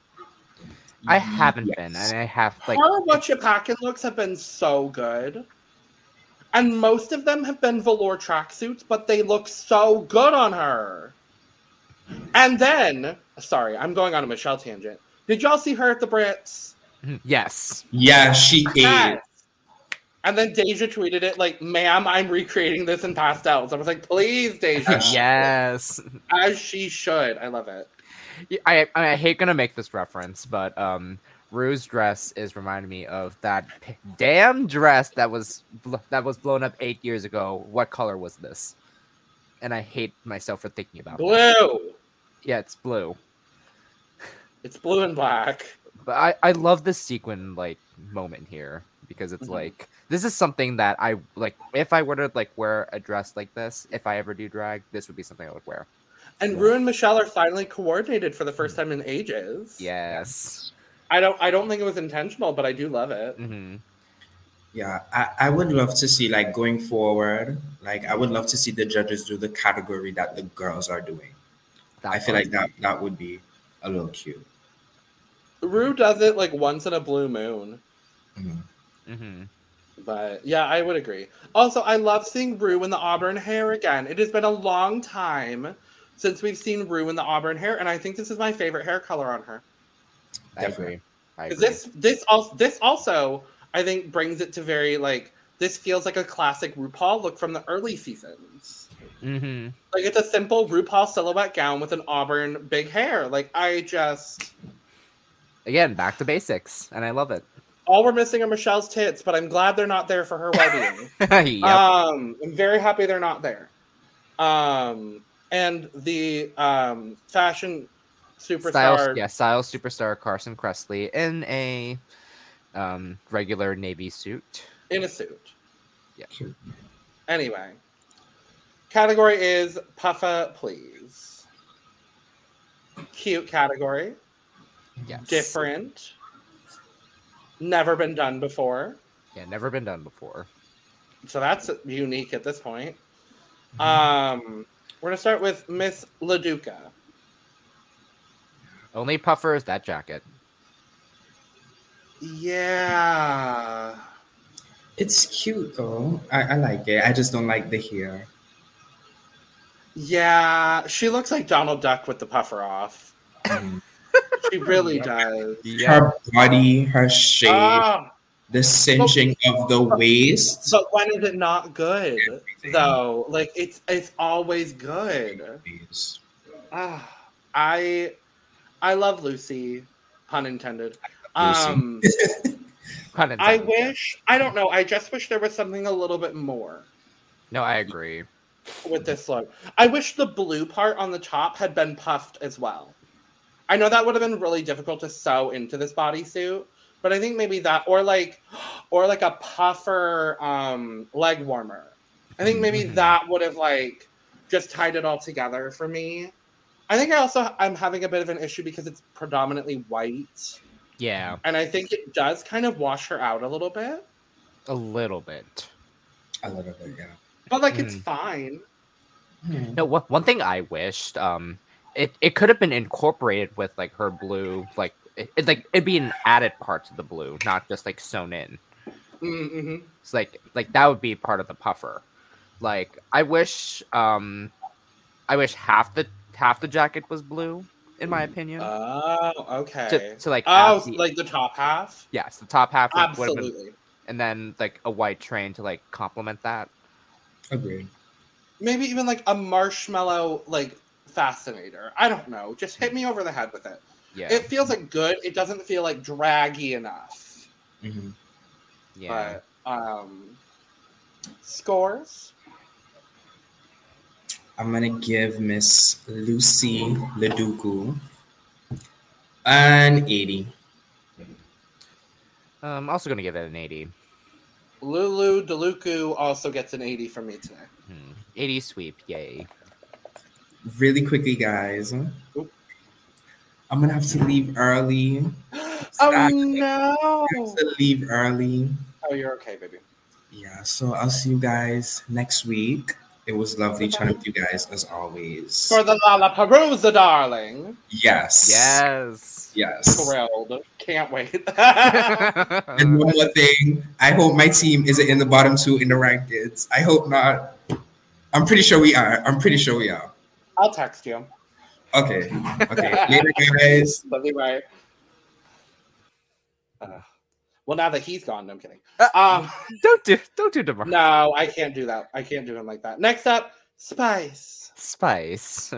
B: I haven't been,
C: Mm-hmm. Yes.
B: and I have like
A: Her What You Packin' looks have been so good. And most of them have been velour tracksuits, but they look so good on her. And then, sorry, I'm going on a Michelle tangent. Did y'all see her at the Brits?
B: hmm, yes.
C: Yeah, she ate.
A: Yes. And then Deja tweeted it like, ma'am, I'm recreating this in pastels. I was like, please, Deja.
B: Yes,
A: As she should. I love it.
B: I, I I hate gonna make this reference, but um, Rue's dress is reminding me of that p- damn dress that was bl- that was blown up eight years ago. What color was this? And I hate myself for thinking about it.
A: Blue.
B: Yeah, it's blue.
A: It's blue and black.
B: But I I love this sequin like moment here because it's
A: Mhm.
C: Mm-hmm.
B: like this is something that I like. If I were to like wear a dress like this, if I ever do drag, this would be something I would wear.
A: And Rue and Michelle are finally coordinated for the first time in ages.
B: Yes.
A: I don't I don't think it was intentional, but I do love it.
B: Mm-hmm.
C: Yeah, I, I would love to see like going forward. Like I would love to see the judges do the category that the girls are doing. I feel like that that would be a little cute.
A: Rue does it like once in a blue moon.
C: Mhm.
B: Mm-hmm.
A: But yeah, I would agree. Also, I love seeing Rue in the auburn hair again. It has been a long time since we've seen Rue in the auburn hair, and I think this is my favorite hair color on her.
B: I agree. I
A: 'Cause
B: agree.
A: This this also this also I think brings it to very like this feels like a classic RuPaul look from the early seasons.
B: Mm-hmm.
A: Like it's a simple RuPaul silhouette gown with an auburn big hair. Like I just
B: Again, back to basics, and I love it. (laughs)
A: all we're missing are Michelle's tits, but I'm glad they're not there for her wedding.
B: yep.
A: Um, I'm very happy they're not there. Um, and the um, fashion superstar.
B: Style, yeah, style superstar Carson Kressley in a um, regular navy suit.
A: in a suit.
B: Yeah.
C: Cute.
A: Anyway, category is puffa, please. Cute category,
B: Yes.
A: different, never been done before,
B: Yeah, never been done before.
A: so that's unique at this point. Um, we're gonna start with Miss Laduca.
B: Only puffer is that jacket.
A: Yeah,
C: It's cute though. I, I like it. I just don't like the hair.
A: yeah, she looks like Donald Duck with the puffer off.
C: Mhm.
A: She really does.
C: Her body, her shape,
A: Ah.
C: the cinching of the waist.
A: But when is it not good though? Like it's it's always good.
C: Please.
A: Ah, I I love Lucy, pun intended. Um,
B: Pun intended,
A: I
B: yeah.
A: wish I don't know. I just wish there was something a little bit more
B: No, I agree.
A: with this look. I wish the blue part on the top had been puffed as well. I know that would have been really difficult to sew into this bodysuit, but I think maybe that or like (gasps) or like a puffer um leg warmer. I think maybe
B: Mhm.
A: that would have like just tied it all together for me. I think I also I'm having a bit of an issue because it's predominantly white
B: Yeah,
A: and I think it does kind of wash her out a little bit.
B: a little bit.
C: A little bit, yeah.
A: But like it's fine.
B: No, one, one thing I wished, um, it, it could have been incorporated with like her blue, like it, it like it'd be an added part to the blue, not just like sewn in.
A: Mm-hmm.
B: It's like like that would be part of the puffer. Like I wish, um, I wish half the half the jacket was blue, in my opinion.
A: Oh, okay.
B: to, to like
A: Oh,
B: have the-
A: like the top half?
B: yes, the top half would- would have been,
A: Absolutely.
B: and then like a white train to like complement that.
C: Agreed.
A: Maybe even like a marshmallow like fascinator. I don't know. Just hit me over the head with it.
B: Yeah,
A: It feels like good. It doesn't feel like draggy enough.
C: Mhm.
B: yeah.
A: But um scores.
C: I'm gonna give Miss Lucy Leduku an 80.
B: I'm Um, also gonna give it an eighty.
A: Lulu Deluku also gets an 80 from me
B: (gasps)
A: today.
B: Hmm. Eighty sweep, yay!
C: Really quickly, guys.
A: Oop.
C: I'm gonna have to leave early.
A: Oh no.
B: (laughs)
C: I have to leave early.
A: Oh, you're okay, baby.
C: Yeah, so I'll see you guys next week. It was lovely chatting with you guys as always.
A: For the Lollapalooza, darling.
C: Yes.
B: Yes.
C: Yes.
A: Thrilled. Can't
B: (laughs)
A: wait. (laughs)
C: And one more thing, I hope my team isn't in the bottom two in the rankings. I hope not. I'm pretty sure we are. I'm pretty sure we are.
A: I'll text you.
C: Okay. Okay. (laughs) Later, guys.
A: Love you, bye. Uh, well, now that he's gone, no, I'm kidding.
B: Uh,
A: Um,
B: don't do don't do (laughs) tomorrow.
A: no, I can't do that. I can't do him like that. Next up, Spice.
B: Spice.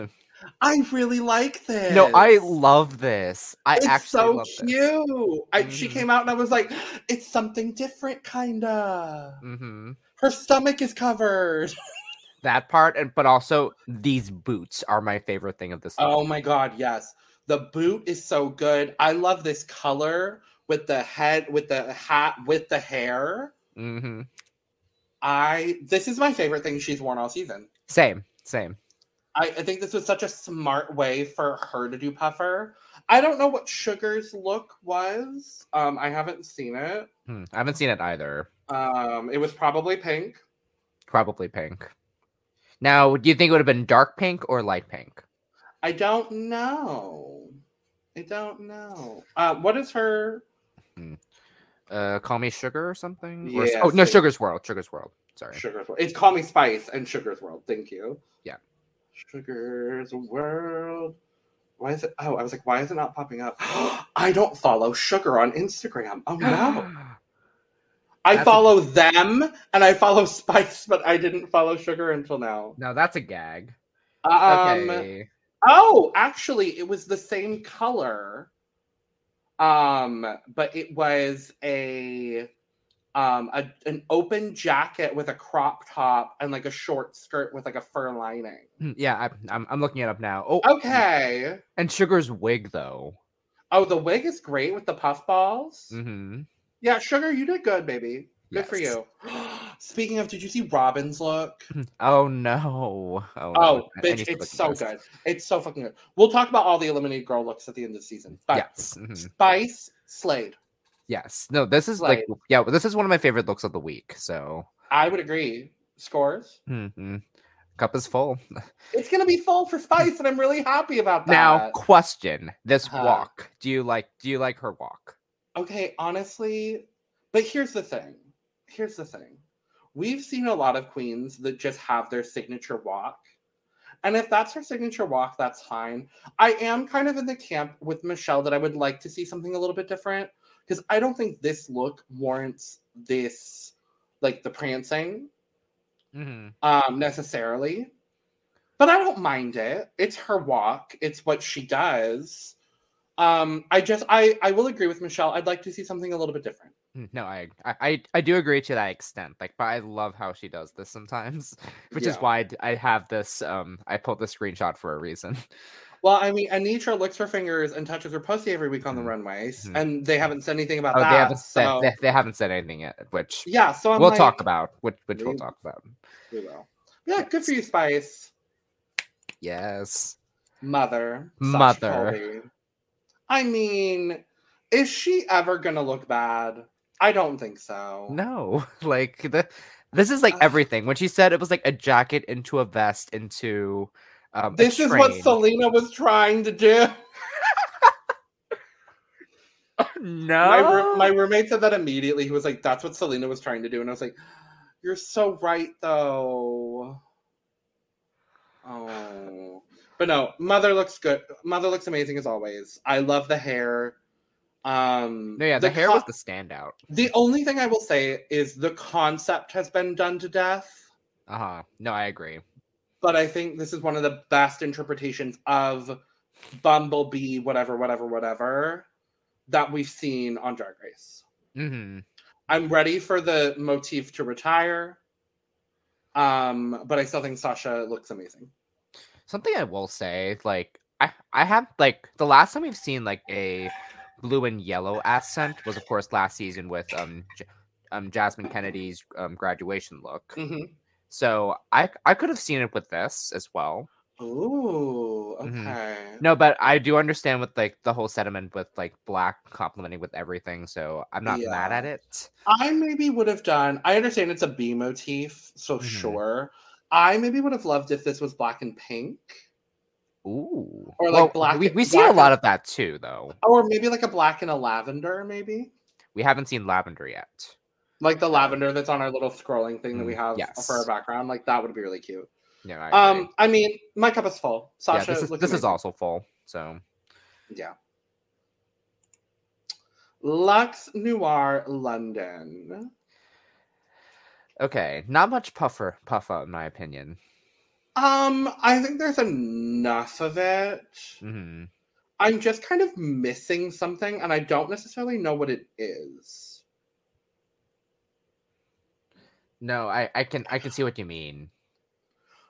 A: I really like this.
B: (laughs) No, I love this. I
A: it's
B: actually
A: so
B: love this.
A: cute. I, she
B: Mhm.
A: came out and I was like, it's something different, kinda.
B: hmm
A: Her stomach is covered. (laughs)
B: That part, and but also these boots are my favorite thing of this.
A: Oh
B: look.
A: my god, yes. The boot is so good. I love this color with the head, with the hat, with the hair.
B: Mhm.
A: I this is my favorite thing she's worn all season.
B: Same, same.
A: I, I think this was such a smart way for her to do puffer. I don't know what Sugar's look was. Um, I haven't seen it.
B: Hmm, I haven't seen it either.
A: Um, it was probably pink.
B: Probably pink. Now, do you think it would have been dark pink or light pink?
A: I don't know. I don't know. Uh, what is her?
B: Uh, call me sugar or something. Or s- oh
A: Yes,
B: no,
A: it-
B: sugar's world. Sugar's world. Sorry.
A: Sugar's World. It's Call Me Spice and Sugar's World. Thank you.
B: Yeah.
A: Sugar's World. Why is it? Oh, I was like, why is it not popping up? (gasps) I don't follow Sugar on Instagram. Oh
B: (gasps)
A: no. (gasps) I
B: That's a-
A: follow them and I follow (laughs) Spice, but I didn't follow Sugar until now.
B: no, that's a gag.
A: Um,
B: Okay.
A: Oh, actually, it was the same color. Um, but it was a um a, an open jacket with a crop top and like a short skirt with like a fur lining.
B: Hmm, yeah, I, I'm I'm looking it up now. Oh,
A: Okay.
B: And sugar's wig though.
A: Oh, the wig is great with the puff balls.
B: Mm-hmm.
A: Yeah, sugar, you did good, baby. Good for
B: Yes.
A: you. (gasps) Speaking of, did you see Robin's look?
B: Oh no. Oh, no.
A: Oh,
B: I- I
A: bitch,
B: need to
A: it's so
B: look at this.
A: good. It's so fucking good. We'll talk about all the eliminated girl looks at the end of the season. But
B: Yes. mhm.
A: Spice Slade.
B: Yes. No, this is like, yeah, this is one of my favorite looks of the week. So
A: I would agree. Scores.
B: mhm. cup is full.
A: It's gonna be full for Spice, and I'm really happy about that.
B: Now, question this
A: Huh.
B: walk. Do you like do you like her walk?
A: okay, honestly, but here's the thing. Here's the thing. We've seen a lot of queens that just have their signature walk. And if that's her signature walk, that's fine. I am kind of in the camp with Michelle that I would like to see something a little bit different because I don't think this look warrants this, like the prancing
B: Mm-hmm.
A: um, necessarily. But I don't mind it. It's her walk. It's what she does. Um, I just I I will agree with Michelle. I'd like to see something a little bit different.
B: Mm, No, I, I I- I do agree to that extent. Like, but I love how she does this sometimes, (laughs) which is
A: Yeah.
B: why I d- I have this. Um, I pulled the screenshot for a reason.
A: Well, I mean, Anitra licks her fingers and touches her pussy every week on the
B: Mhm.
A: runways,
B: Mhm.
A: and they haven't said anything about
B: Oh,
A: that.
B: they haven't
A: so-
B: said they, they haven't said anything yet, which
A: yeah, so I'm
B: we'll
A: like,
B: talk about. Which which we'll
A: Maybe.
B: talk about.
A: We will. Yeah, good for you, Spice.
B: Yes.
A: Mother. Sasha
B: Mother.
A: Colby. I mean, is she ever gonna look bad? I don't think so.
B: No, (laughs) like the this is like
A: Ugh.
B: everything. When she said it was like a jacket into a vest into um, a
A: This is what
B: train.
A: Selena was trying to do.
B: no,
A: My, roo- my roommate said that immediately. He was like, "That's what Selena was trying to do," and I was like, "You're so right, though." Oh, but no, mother looks good. Mother looks amazing as always. I love the hair. Um,
B: no, yeah, the, hair
A: co-
B: was the standout.
A: the only thing I will say is the concept has been done to death.
B: Uh huh. No, I agree.
A: but I think this is one of the best interpretations of Bumblebee, whatever, whatever, whatever, that we've seen on Drag Race.
B: Mm-hmm.
A: I'm ready for the motif to retire, um, but I still think Sasha looks amazing.
B: Something I will say, like I I have like the last time we've seen like a blue and yellow accent was of course last season with um J- um Jasmine Kennedy's um graduation look.
A: Mhm.
B: So I I could have seen it with this as well.
A: Ooh, okay.
B: Mhm. No, but I do understand with like the whole sentiment with like black complimenting with everything, so I'm not mad
A: Yeah.
B: at it.
A: I maybe would have done. I understand it's a bee motif, so
B: Mhm.
A: sure. I maybe would have loved if this was black and pink,
B: Ooh.
A: Or, like, black-
B: We, we see a
A: black-
B: lot of that too, though.
A: or maybe like a black and a lavender, maybe
B: We haven't seen lavender yet.
A: like the lavender that's on our little scrolling thing that we
B: Mm,
A: have
B: yes.
A: for our background. Like that would be really cute.
B: No, I
A: Um,
B: agree.
A: I mean, my cup is full.
B: Yeah,
A: Sasha,
B: this is
A: look
B: this is
A: amazing.
B: also full. So
A: Yeah. Lux Noir London.
B: okay, not much puffer puffer in my opinion.
A: Um, I think there's enough of it.
B: hmm
A: I'm just kind of missing something, and I don't necessarily know what it is.
B: No, I I can I can see what you mean.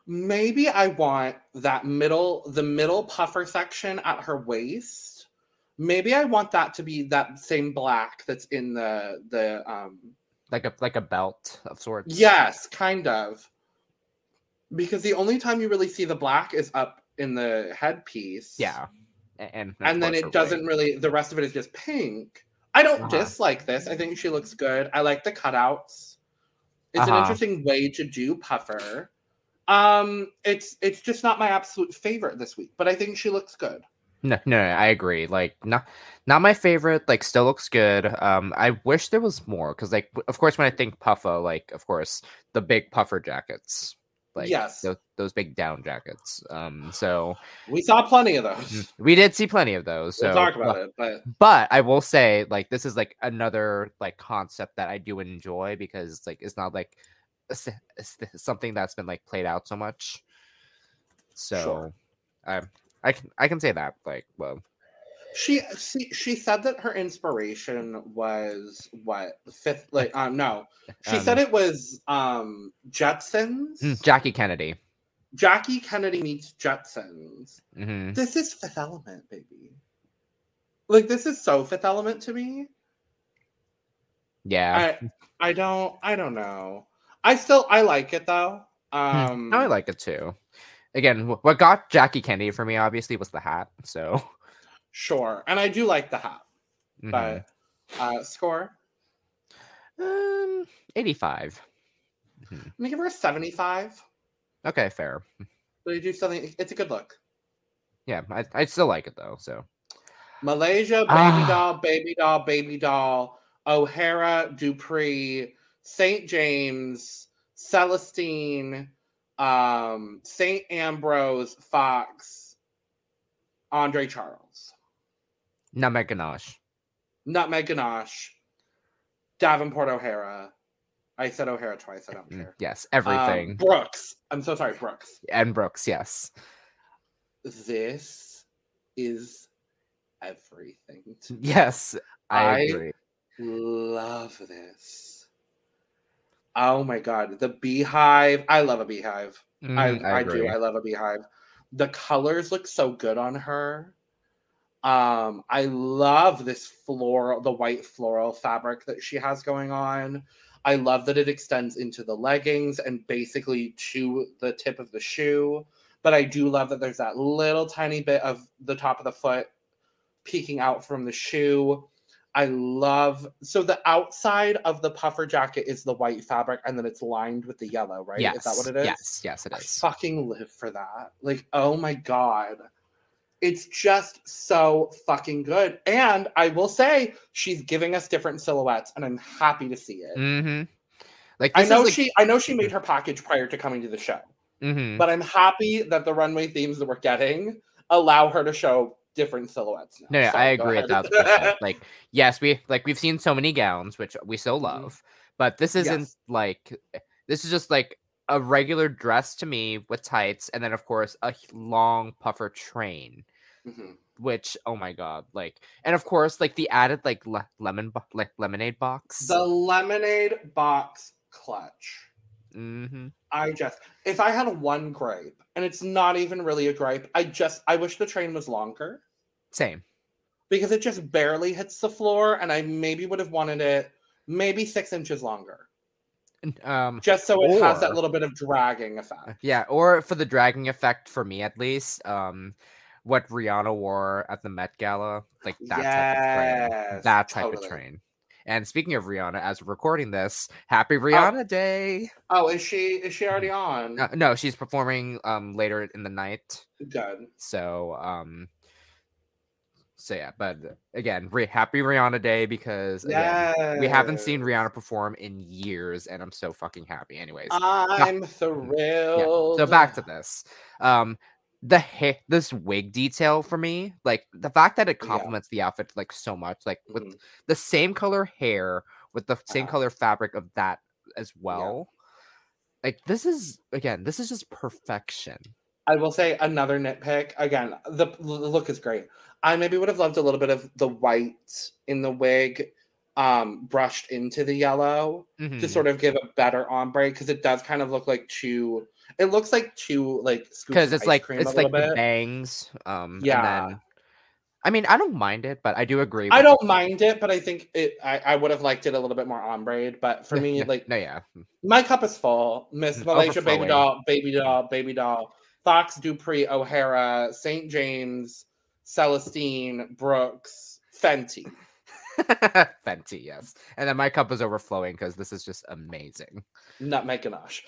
A: Maybe I want that middle, the middle puffer section at her waist. Maybe I want that to be that same black that's in the the um
B: Like a like a belt of sorts.
A: Yes, kind of. Because the only time you really see the black is up in the headpiece.
B: Yeah. A- And
A: And then
B: of course
A: it
B: her
A: doesn't
B: ring.
A: really, the rest of it is just pink. I don't
B: Uh-huh.
A: dislike this. I think she looks good. I like the cutouts. It's an
B: Uh-huh.
A: interesting way to do puffer. Um, it's it's just not my absolute favorite this week, but I think she looks good.
B: No, no, no, I agree. Like not not my favorite, like still looks good. Um I wish there was more cuz like w- of course when I think puffer like of course the big puffer jackets. Like
A: Yes.
B: tho- those big down jackets. Um so
A: We saw plenty of
B: (laughs)
A: those.
B: we did see plenty of those. So
A: we'll talk about it, but
B: but I will say, like, this is like another like concept that I do enjoy because like it's not like a s- a s- something that's been like played out so much. So, I I can I can say that like well
A: She she she said that her inspiration was what fifth like um no she
B: Um,
A: said it was um Jetsons
B: mm, Jackie Kennedy.
A: Jackie Kennedy meets Jetsons
B: hmm
A: this is Fifth Element baby like this is so Fifth Element to me
B: Yeah,
A: I I don't I don't know I still I like it though
B: Hmm,
A: um
B: no, I like it too. Again, wh- what got Jackie Kennedy for me obviously was the hat. So, (laughs)
A: sure and I do like the hat
B: mhm.
A: but
B: Mm-hmm.
A: uh score
B: um, eighty five.
A: I'm gonna give her a seventy five
B: Okay, fair.
A: but I do something it's a good look
B: Yeah, I I still like it though. So
A: Malaysia, baby
B: Ah.
A: doll, baby doll, baby doll, O'Hara, Dupree, St. James, Celestine, um, St. Ambrose, Fox, Andre Charles,
B: not my ganache.
A: Nutmeg Ganache, Davenport O'Hara. I said O'Hara twice, I don't
B: Mm,
A: care.
B: Yes,
A: Um,
B: everything.
A: Brooks. I'm so sorry, Brooks.
B: and Brooks, yes. (laughs)
A: This is everything to me.
B: Yes, I,
A: I-
B: agree.
A: Love this. Oh my god, the beehive. I love a beehive.
B: Mhm,
A: I, I, do.
B: agree.
A: I love a beehive. The colors look so good on her. Um, I love this floral, the white floral fabric that she has going on. I love that it extends into the leggings and basically to the tip of the shoe. But I do love that there's that little tiny bit of the top of the foot peeking out from the shoe. I love so the outside of the puffer jacket is the white fabric and then it's lined with the yellow, right?
B: Yes,
A: Is that what it is?
B: Yes, yes, it
A: I
B: is.
A: fucking live for that. Like, oh my god. It's just so fucking good. And I will say she's giving us different silhouettes and I'm happy to see it.
B: hmm Like
A: I
B: this
A: know
B: is, like-
A: she I know she made her package prior to coming to the show,
B: mhm.
A: but I'm happy that the runway themes that we're getting allow her to show different silhouettes. now.
B: No, no,
A: So,
B: I
A: go
B: agree a
A: ahead.
B: thousand percent. Like, yes, we like we've seen so many gowns, which we so
A: Mhm.
B: love, but this isn't
A: Yes.
B: like this is just like a regular dress to me with tights, and then of course a h- long puffer train.
A: (laughs) Mhm.
B: Which oh my god, like, and of course like the added like le- lemon bo- like lemonade box.
A: The lemonade box clutch.
B: hmm
A: I just, if I had one gripe, and it's not even really a gripe, I just, I wish the train was longer
B: Same.
A: because it just barely hits the floor, and I maybe would have wanted it maybe six inches longer.
B: Um,
A: just so it has that
B: Or-
A: little bit of dragging effect.
B: yeah, or for the dragging effect for me at least, um, what Rihanna wore at the Met Gala, like that type of train,
A: Yes,
B: that type
A: totally.
B: of train. And speaking of Rihanna, as we're recording this, happy Rihanna Day.
A: Oh, is she is she already on?
B: No, no, she's performing um later in the night.
A: Good.
B: So um so yeah, but uh, again, re- happy Rihanna Day because again, we haven't seen Rihanna perform in years and I'm so fucking happy anyways.
A: I'm
B: Yeah.
A: thrilled.
B: So back to this. Um the hair this wig detail for me, like the fact that it
A: Yeah.
B: complements the outfit like so much, like with
A: Mhm.
B: the same color hair with the same
A: Uh-huh.
B: color fabric of that as well. Like this is again, this is just perfection.
A: I will say another nitpick. Again, the, the look is great. I maybe would have loved a little bit of the white in the wig um brushed into the yellow to
B: Mhm.
A: sort of give a better ombre because it does kind of look like two it looks like two like scoops
B: because
A: of
B: it's
A: ice
B: like
A: cream a
B: it's
A: little
B: like the
A: bit.
B: bangs. Um,
A: Yeah.
B: And then, I mean, I don't mind it, but I do agree.
A: I
B: with (laughs)
A: don't
B: you.
A: mind it, but I think it. I, I would have liked it a little bit more ombre. But for
B: Yeah,
A: me,
B: yeah.
A: like
B: no, yeah, (laughs)
A: my cup is full. Miss
B: Mm,
A: Malaysia, baby
B: overflowing.
A: doll, baby doll, baby doll. Fox, Dupree, O'Hara, St. James, Celestine, Brooks, Fenty.
B: Fenty, yes. And then my cup is overflowing because this is just amazing.
A: Nutmeg
B: (laughs)
A: Ganache.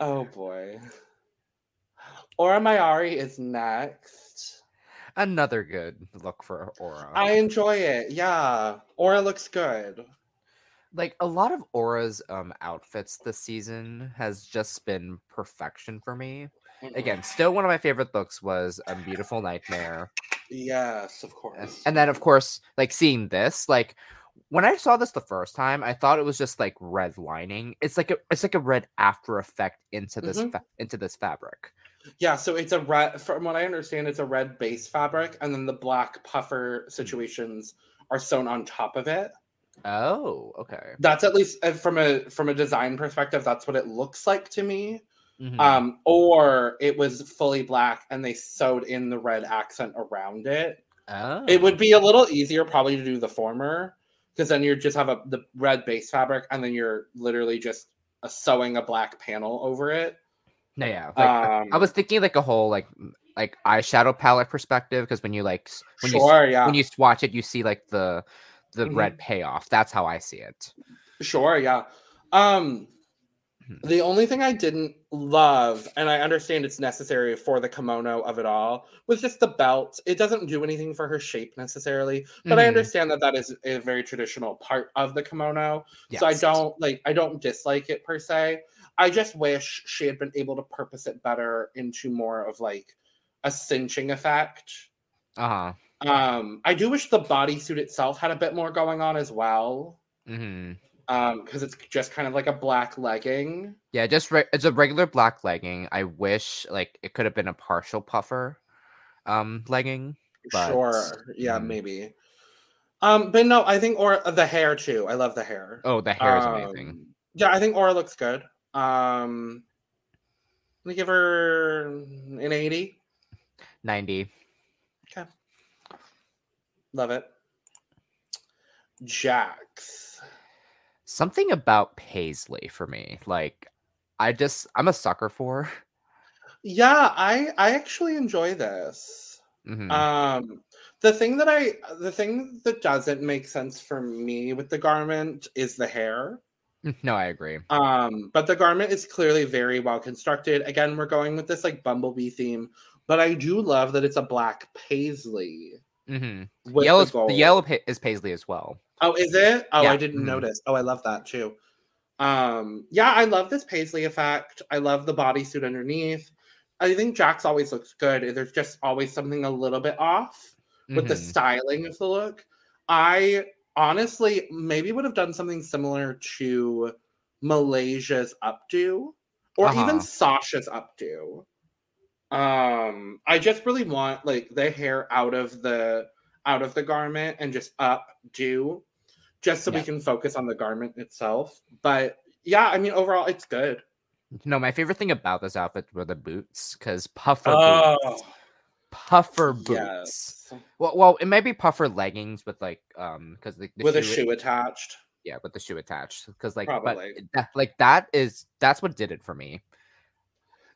A: oh boy. Aura Mayari is next.
B: Another good look for Aura.
A: I enjoy it. Yeah. Aura looks good.
B: like a lot of Aura's um outfits this season has just been perfection for me. Again, still one of my favorite looks was A Beautiful Nightmare.
A: Yes, of
B: And-
A: course.
B: And then, of course, like seeing this, like when I saw this the first time, I thought it was just like red lining. It's like a, it's like a red after effect into this
A: Mhm.
B: fa- into this fabric.
A: Yeah, so it's a red. From what I understand, it's a red base fabric, and then the black puffer situations are sewn on top of it.
B: Oh, okay.
A: That's at least uh, from a from a design perspective. That's what it looks like to me.
B: Mhm.
A: Um, or it was fully black, and they sewed in the red accent around it.
B: oh.
A: Uh, It would be a little easier probably to do the former, because then you just have a the red base fabric, and then you're literally just uh, sewing a black panel over it.
B: no, yeah. Like,
A: Um,
B: I was thinking like a whole like m- like eyeshadow palette perspective because when you like s- when you s-
A: sure, yeah.
B: when you swatch it, you see like the the
A: Mhm.
B: red payoff. That's how I see it.
A: Sure, yeah. Um
B: Mhm.
A: the only thing I didn't love, and I understand it's necessary for the kimono of it all, was just the belt. It doesn't do anything for her shape necessarily, but I
B: Mhm.
A: understand that that is a very traditional part of the kimono. So I
B: Yes.
A: don't like I don't dislike it per se. I just wish she had been able to purpose it better into more of like a cinching effect.
B: Uh huh.
A: Um I do wish the bodysuit itself had a bit more going on as well
B: hmm
A: um because it's just kind of like a black legging
B: Yeah, just re- it's a regular black legging. I wish like it could have been a partial puffer um legging. But-
A: sure yeah
B: mm.
A: maybe um but no i think or the hair too i love the hair
B: Oh, the hair is
A: Um,
B: amazing.
A: yeah i think aura looks good um let me give her an 80
B: 90.
A: love it jax
B: Something about Paisley for me. Like I just I'm a sucker for. (laughs)
A: yeah i i actually enjoy this
B: Mhm.
A: Um, the thing that I, the thing that doesn't make sense for me with the garment is the hair.
B: Mm, (laughs) no, I agree.
A: Um, but the garment is clearly very well constructed. Again, we're going with this like bumblebee theme, but I do love that it's a black paisley.
B: Mhm.
A: With
B: Yellow
A: the,
B: is- the,
A: gold.
B: yellow pa- is Paisley as well.
A: Oh, is it? Oh,
B: Yeah.
A: I didn't
B: Mhm.
A: notice. Oh, I love that too. Um, yeah, I love this paisley effect. I love the bodysuit underneath. I think Jack's always looks good. There's just always something a little bit off. with the
B: Mhm.
A: styling of the look. I honestly maybe would have done something similar to Malaysia's updo or even
B: Uh-huh.
A: Sasha's updo. Um I just really want like the hair out of the out of the garment and just updo just so we
B: Yeah.
A: can focus on the garment itself. But yeah, I mean overall it's good.
B: No, my favorite thing about this outfit were the boots cuz puffer boots. puffer boots.
A: Oh. Yes.
B: Well, well, it might be puffer leggings with like um because the, the
A: With a shoe attached.
B: yeah, with the shoe attached. Because like,
A: Probably.
B: but that, like that is that's what did it for me.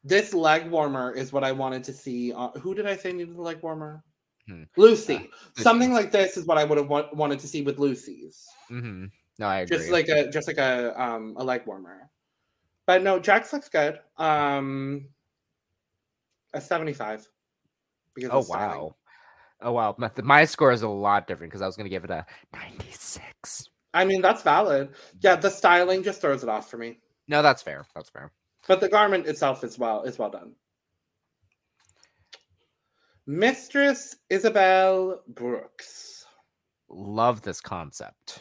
A: This leg warmer is what I wanted to see. On, who did I say needed the leg warmer?
B: Hmm.
A: Lucy.
B: Uh,
A: Something like this is what I would have wa- wanted to see with Lucy's.
B: hmm No, I agree.
A: Just like a just like a um a leg warmer. But no, Jax looks good. Um a 75. Because
B: oh
A: of styling.
B: wow, oh wow. My, my score is a lot different because I was gonna give it a ninety six.
A: I mean that's valid. Yeah, the styling just throws it off for me.
B: No, that's fair. That's fair.
A: But the garment itself is well is well done. Mistress Isabel Brooks.
B: Love this concept.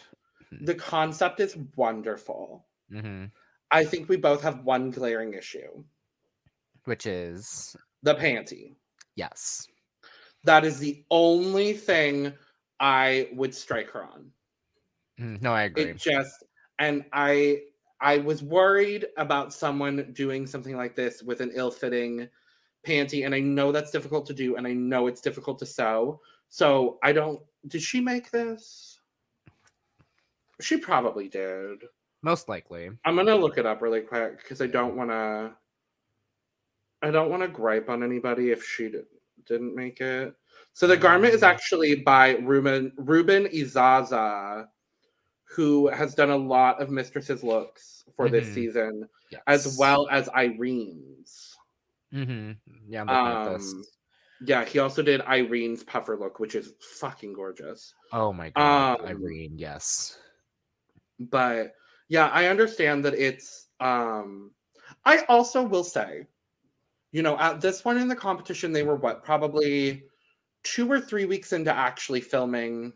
A: The concept is wonderful.
B: hmm
A: I think we both have one glaring issue.
B: Which is
A: The panty.
B: yes.
A: That is the only thing I would strike her on.
B: Mhm, No, I agree.
A: It just and I I was worried about someone doing something like this with an ill-fitting panty and I know that's difficult to do and I know it's difficult to sew. So I don't did she make this? She probably did.
B: Most likely.
A: I'm going to look it up really quick cuz I don't want to I don't want to gripe on anybody if she did, didn't make it. So the garment is
B: Mm.
A: actually by Ruben Ruben Izaza, who has done a lot of Mistress's looks for this
B: Mhm.
A: season,
B: Yes.
A: as well as Irene's.
B: hmm Yeah, I'm looking at this.
A: Um, Yeah, he also did Irene's puffer look, which is fucking gorgeous.
B: Oh my god,
A: um,
B: Irene. Yes.
A: But yeah, I understand that it's. Um, I also will say, you know, at this point in the competition, they were what probably two or three weeks into actually filming,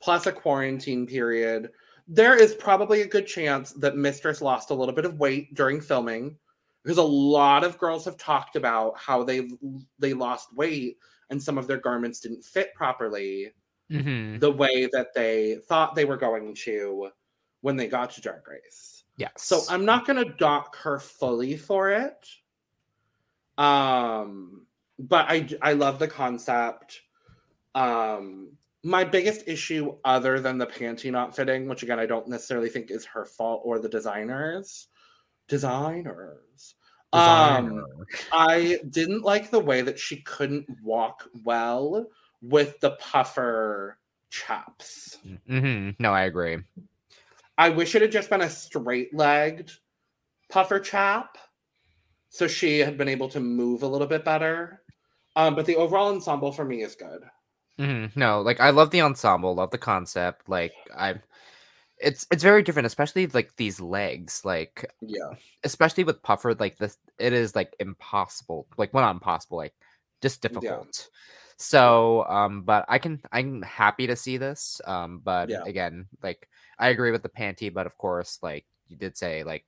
A: plus a quarantine period. There is probably a good chance that Mistress lost a little bit of weight during filming because a lot of girls have talked about how they they lost weight and some of their garments didn't fit properly.
B: hmm
A: the way that they thought they were going to when they got to Drag Race.
B: Yes.
A: So I'm not going to dock her fully for it. Um, but I d- I love the concept. Um, my biggest issue, other than the panty not fitting, which again I don't necessarily think is her fault or the designers, designers. Um,
B: Designer.
A: I didn't like the way that she couldn't walk well with the puffer chaps.
B: Mhm, No, I agree.
A: I wish it had just been a straight legged puffer chap. So she had been able to move a little bit better. Um, but the overall ensemble for me is good.
B: Mhm, No, like I love the ensemble, love the concept. Like I'm, it's it's very different, especially like these legs. Like
A: Yeah.
B: especially with puffer, like this, it is like impossible. Like well, not impossible, like just difficult. So, um, but I can I'm happy to see this. Um, but
A: Yeah.
B: again, like I agree with the panty, but of course, like you did say, like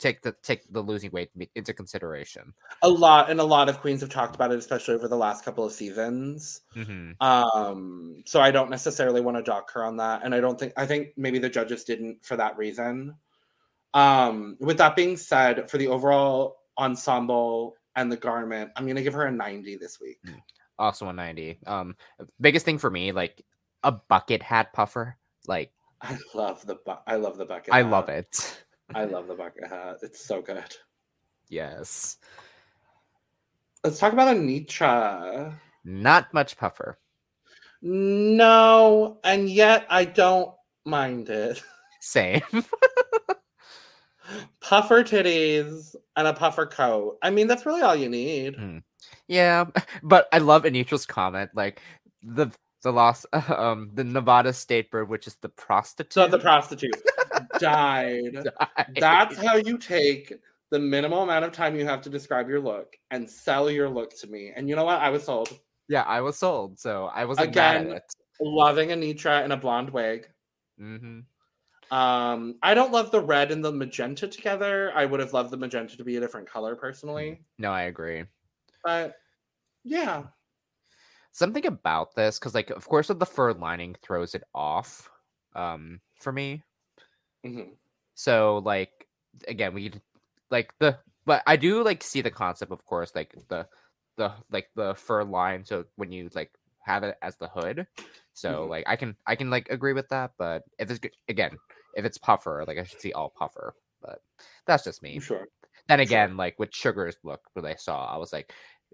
B: take the take the losing weight into consideration.
A: A lot and a lot of queens have talked about it, especially over the last couple of seasons.
B: hmm
A: Um, so I don't necessarily want to dock her on that. And I don't think I think maybe the judges didn't for that reason. Um, with that being said, for the overall ensemble and the garment, I'm gonna give her a 90 this week.
B: Mm. Also 190. Um, biggest thing for me, like a bucket hat puffer. Like
A: I love the bu- I love the bucket.
B: I
A: hat.
B: love it.
A: I love the bucket hat. It's so good.
B: Yes.
A: Let's talk about Anitra.
B: Not much puffer.
A: No, and yet I don't mind it. (laughs)
B: Same. (laughs)
A: Puffer titties and a puffer coat. I mean, that's really all you
B: Mm.
A: need.
B: Yeah, but I love Anitra's comment, like the the loss, (laughs) um, the Nevada state bird, which is the prostitute.
A: So
B: (laughs)
A: the prostitute died. That's how you take the minimal amount of time you have to describe your look and sell your look to me. And you know what? I was sold.
B: yeah. I was sold, so I wasn't mad
A: Again,
B: at
A: Loving Anitra in a blonde wig.
B: it. hmm
A: Um, I don't love the red and the magenta together. I would have loved the magenta to be a different color personally,
B: No, I agree.
A: but yeah,
B: Something about this, because like, of course, with the fur lining throws it off, um, for me.
A: Mhm.
B: So like, again, we like the, but I do like see the concept, of course, like the the like the fur line so when you like have it as the hood. So
A: Mhm.
B: like I can I can like agree with that, but if it's g- again, if it's puffer, like I should see all puffer, but that's just me.
A: Sure.
B: Then again, like with Sugar's look that I saw, I was like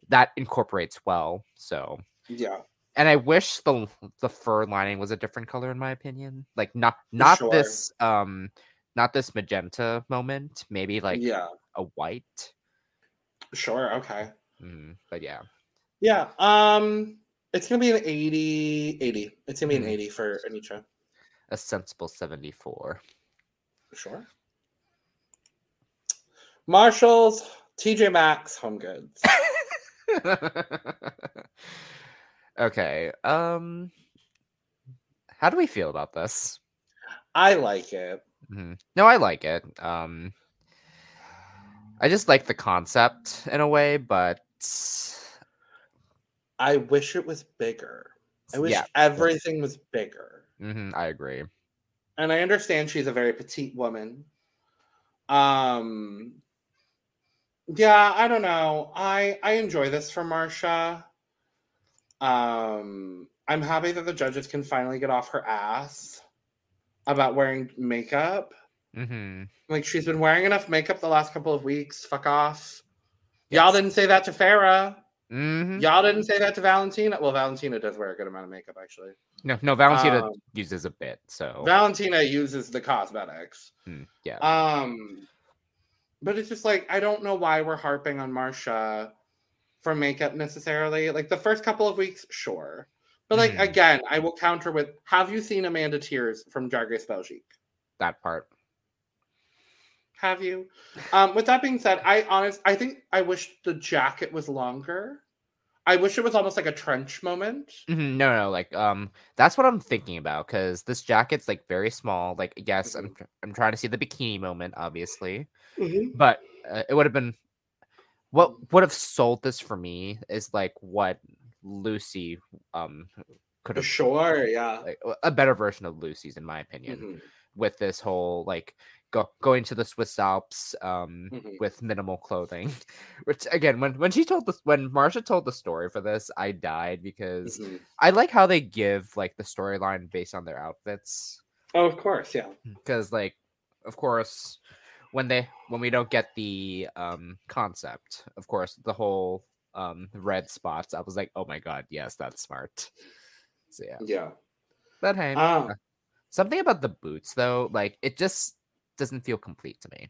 B: that incorporates well. So
A: Yeah.
B: and I wish the the fur lining was a different color in my opinion. Like not not
A: sure.
B: this um not this magenta moment, maybe like
A: yeah.
B: a white.
A: Sure. Okay.
B: Mhm, But yeah.
A: Yeah. Um. It's gonna be an 80, 80. It's gonna be an
B: Mhm.
A: 80 for Anitra.
B: A sensible 74.
A: Sure. Marshalls, TJ Maxx, Home Goods.
B: (laughs) okay. Um how do we feel about this?
A: I like it.
B: Mhm. No, I like it. Um I just like the concept in a way, but
A: I wish it was bigger. I wish
B: yeah,
A: everything was bigger.
B: mhm, I agree.
A: And I understand she's a very petite woman. Um Yeah, I don't know. I I enjoy this for Marsha. Um I'm happy that the judges can finally get off her ass about wearing makeup.
B: Mhm.
A: Like she's been wearing enough makeup the last couple of weeks. Fuck off. Y'all
B: Yes.
A: didn't say that to Farah.
B: Mhm.
A: Y'all didn't say that to Valentina. Well, Valentina does wear a good amount of makeup actually.
B: No, no, Valentina
A: Um,
B: uses a bit, so
A: Valentina uses the cosmetics.
B: mm, yeah.
A: Um, but it's just like I don't know why we're harping on Marsha for makeup necessarily. Like the first couple of weeks, sure. But like
B: Mhm.
A: again, I will counter with have you seen Amanda Tears from Drag Race Belgique?
B: that part.
A: Have you? Um, with that being said, I honest I think I wish the jacket was longer. I wish it was almost like a trench moment.
B: Mhm, No, no, like um, that's what I'm thinking about because this jacket's like very small. Like, yes, I'm tr- I'm trying to see the bikini moment, obviously,
A: Mm-hmm.
B: but uh, it would have been what would have sold this for me is like what Lucy um could
A: For
B: have
A: sure, yeah.
B: like a- a better version of Lucy's in my opinion
A: Mhm,
B: with this whole like go going to the Swiss Alps um
A: mhm.
B: with minimal clothing, (laughs) which again when when she told this when Marsha told the story for this I died because
A: Mhm.
B: I like how they give like the storyline based on their outfits.
A: Oh, of course, yeah.
B: Because like, of course, when they when we don't get the um concept, of course, the whole um red spots, I was like, oh my god, yes, that's smart. So yeah.
A: Yeah.
B: But hey,
A: Um,
B: something about the boots though, like it just doesn't feel complete to me.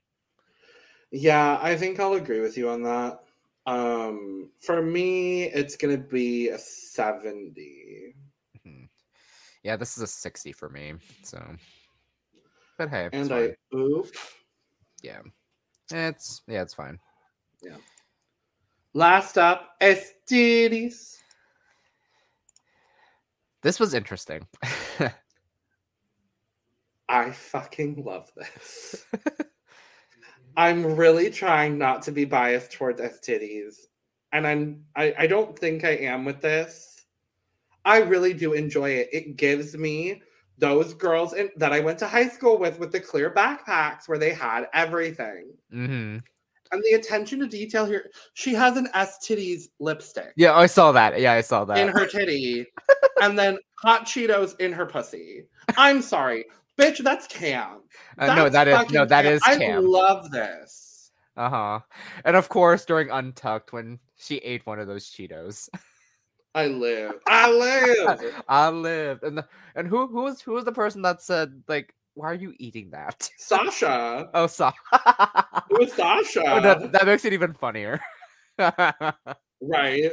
A: Yeah, I think I'll agree with you on that. Um, for me, it's gonna be a seventy,
B: Mhm. Yeah, this is a 60 for me. So but hey, it's
A: and
B: fine.
A: I oop.
B: it's yeah, it's fine.
A: Last up, Estiris.
B: This was interesting. (laughs)
A: I fucking love this. I'm really trying not to be biased towards Estiris, and I'm I, I don't think I am with this. I really do enjoy it. It gives me those girls in, that I went to high school with with the clear backpacks where they had everything.
B: hmm
A: And the attention to detail here. She has an S titties lipstick
B: Yeah, I saw that. Yeah, I saw that.
A: in her titty, and then hot Cheetos in her pussy. I'm sorry, bitch. That's cam.
B: Uh, no, that is no, that is
A: I
B: Cam.
A: love this.
B: uh huh. And of course, during Untucked, when she ate one of those Cheetos, (laughs)
A: I live. I live.
B: I lived. And the, and who who was who was the person that said like, why are you eating that? (laughs)
A: Sasha.
B: Oh, sorry.
A: It was Sasha.
B: (laughs) oh, that, that makes it even funnier. (laughs)
A: Right.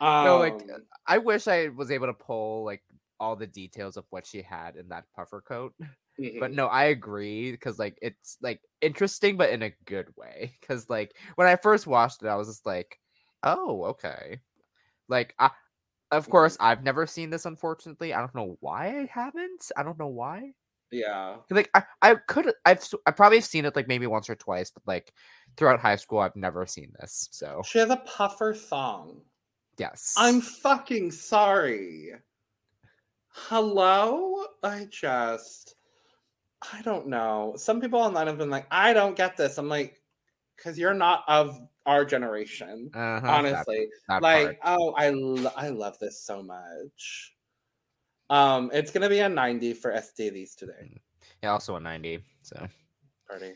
A: Um,
B: No, like, uh, I wish I was able to pull like all the details of what she had in that puffer coat.
A: mhm.
B: but no i agree because like it's like interesting but in a good way because like when i first watched it i was just like oh okay like I, of course
A: Mm-hmm.
B: i've never seen this unfortunately i don't know why i haven't i don't know why
A: yeah.
B: 'Cause, like i, I could i've s- i probably have seen it like maybe once or twice but like throughout high school i've never seen this so
A: She has a puffer thong.
B: yes
A: I'm fucking sorry. Hello? I just I don't know. Some people online have been like, I don't get this. I'm like, because you're not of our generation.
B: Uh-huh,
A: honestly,
B: that, that
A: like
B: part.
A: oh, I lo- I love this so much. Um, it's gonna be a ninety for SDVs today.
B: Mm. yeah, also a ninety. So
A: Party.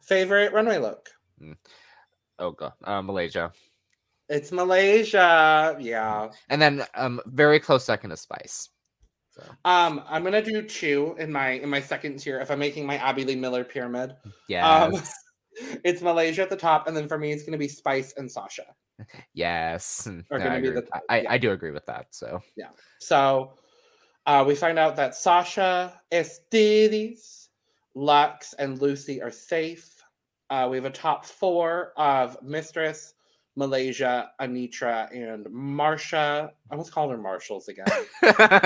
A: Favorite runway look?
B: oh god, uh, Malaysia,
A: It's Malaysia. Yeah.
B: and then um, very close second is Spice. So
A: Um, I'm gonna do two in my in my second tier if I'm making my Abby Lee Miller pyramid.
B: yes,
A: (laughs) Um, it's Malaysia at the top, and then for me, it's gonna be Spice and Sasha.
B: yes, and-
A: are
B: no,
A: gonna
B: I,
A: be
B: agree
A: the
B: with-
A: top,
B: I,
A: yeah.
B: I do agree with that. So
A: So uh, we find out that Sasha, Estides, Lux, and Lucy are safe. Uh, we have a top four of Mistress, Malaysia, Anitra, and Marsha. I almost called her Marshals again.
B: (laughs)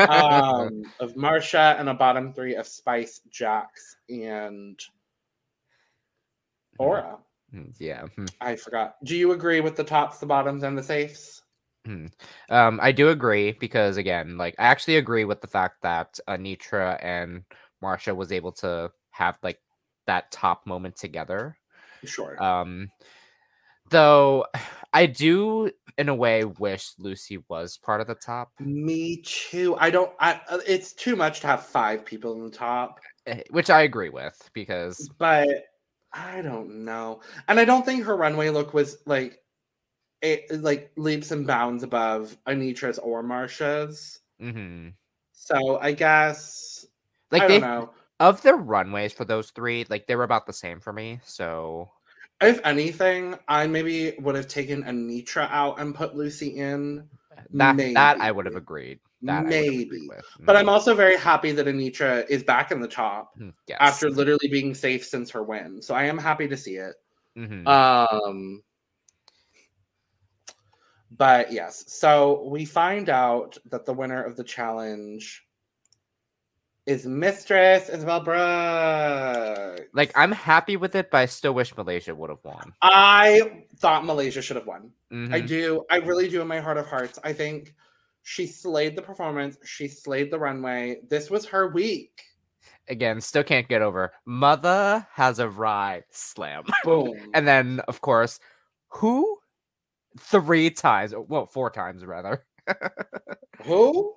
A: um, of Marsha, and a bottom three of Spice, Jax, and Aura.
B: Mm, yeah. mhm.
A: I forgot. Do you agree with the tops, the bottoms, and the safes?
B: Um, I do agree because again, like I actually agree with the fact that uh, Nitra and Marsha was able to have like that top moment together.
A: Sure.
B: Um, though (sighs) I do in a way wish Lucy was part of the top,
A: Me too. I don't. I, uh, it's too much to have five people in the top,
B: eh, which I agree with because
A: but I don't know. And I don't think her runway look was like, it like leaps and bounds above Anitra's or Marsha's.
B: mhm.
A: So I guess
B: like
A: I
B: they
A: don't know.
B: of their runways for those three, like they were about the same for me. So
A: If anything, I maybe would have taken Anitra out and put Lucy in.
B: that that I
A: Maybe.
B: would have agreed. That I would have
A: maybe.
B: agreed with.
A: But I'm
B: Mhm.
A: also very happy that Anitra is back in the top
B: Mm, yes.
A: after literally being safe since her win. So I am happy to see it.
B: Mhm.
A: Um, but yes, so we find out that the winner of the challenge is Mistress Isabel Brooks.
B: Like I'm happy with it, but I still wish Malaysia would have won.
A: I thought Malaysia should have won. I
B: Mhm.
A: do. I really do in my heart of hearts. I think she slayed the performance. She slayed the runway. This was her week.
B: Again, still can't get over. Mother has arrived. Slam. (laughs)
A: Boom.
B: And then, of course, who? Three times. Well, four times rather.
A: Who?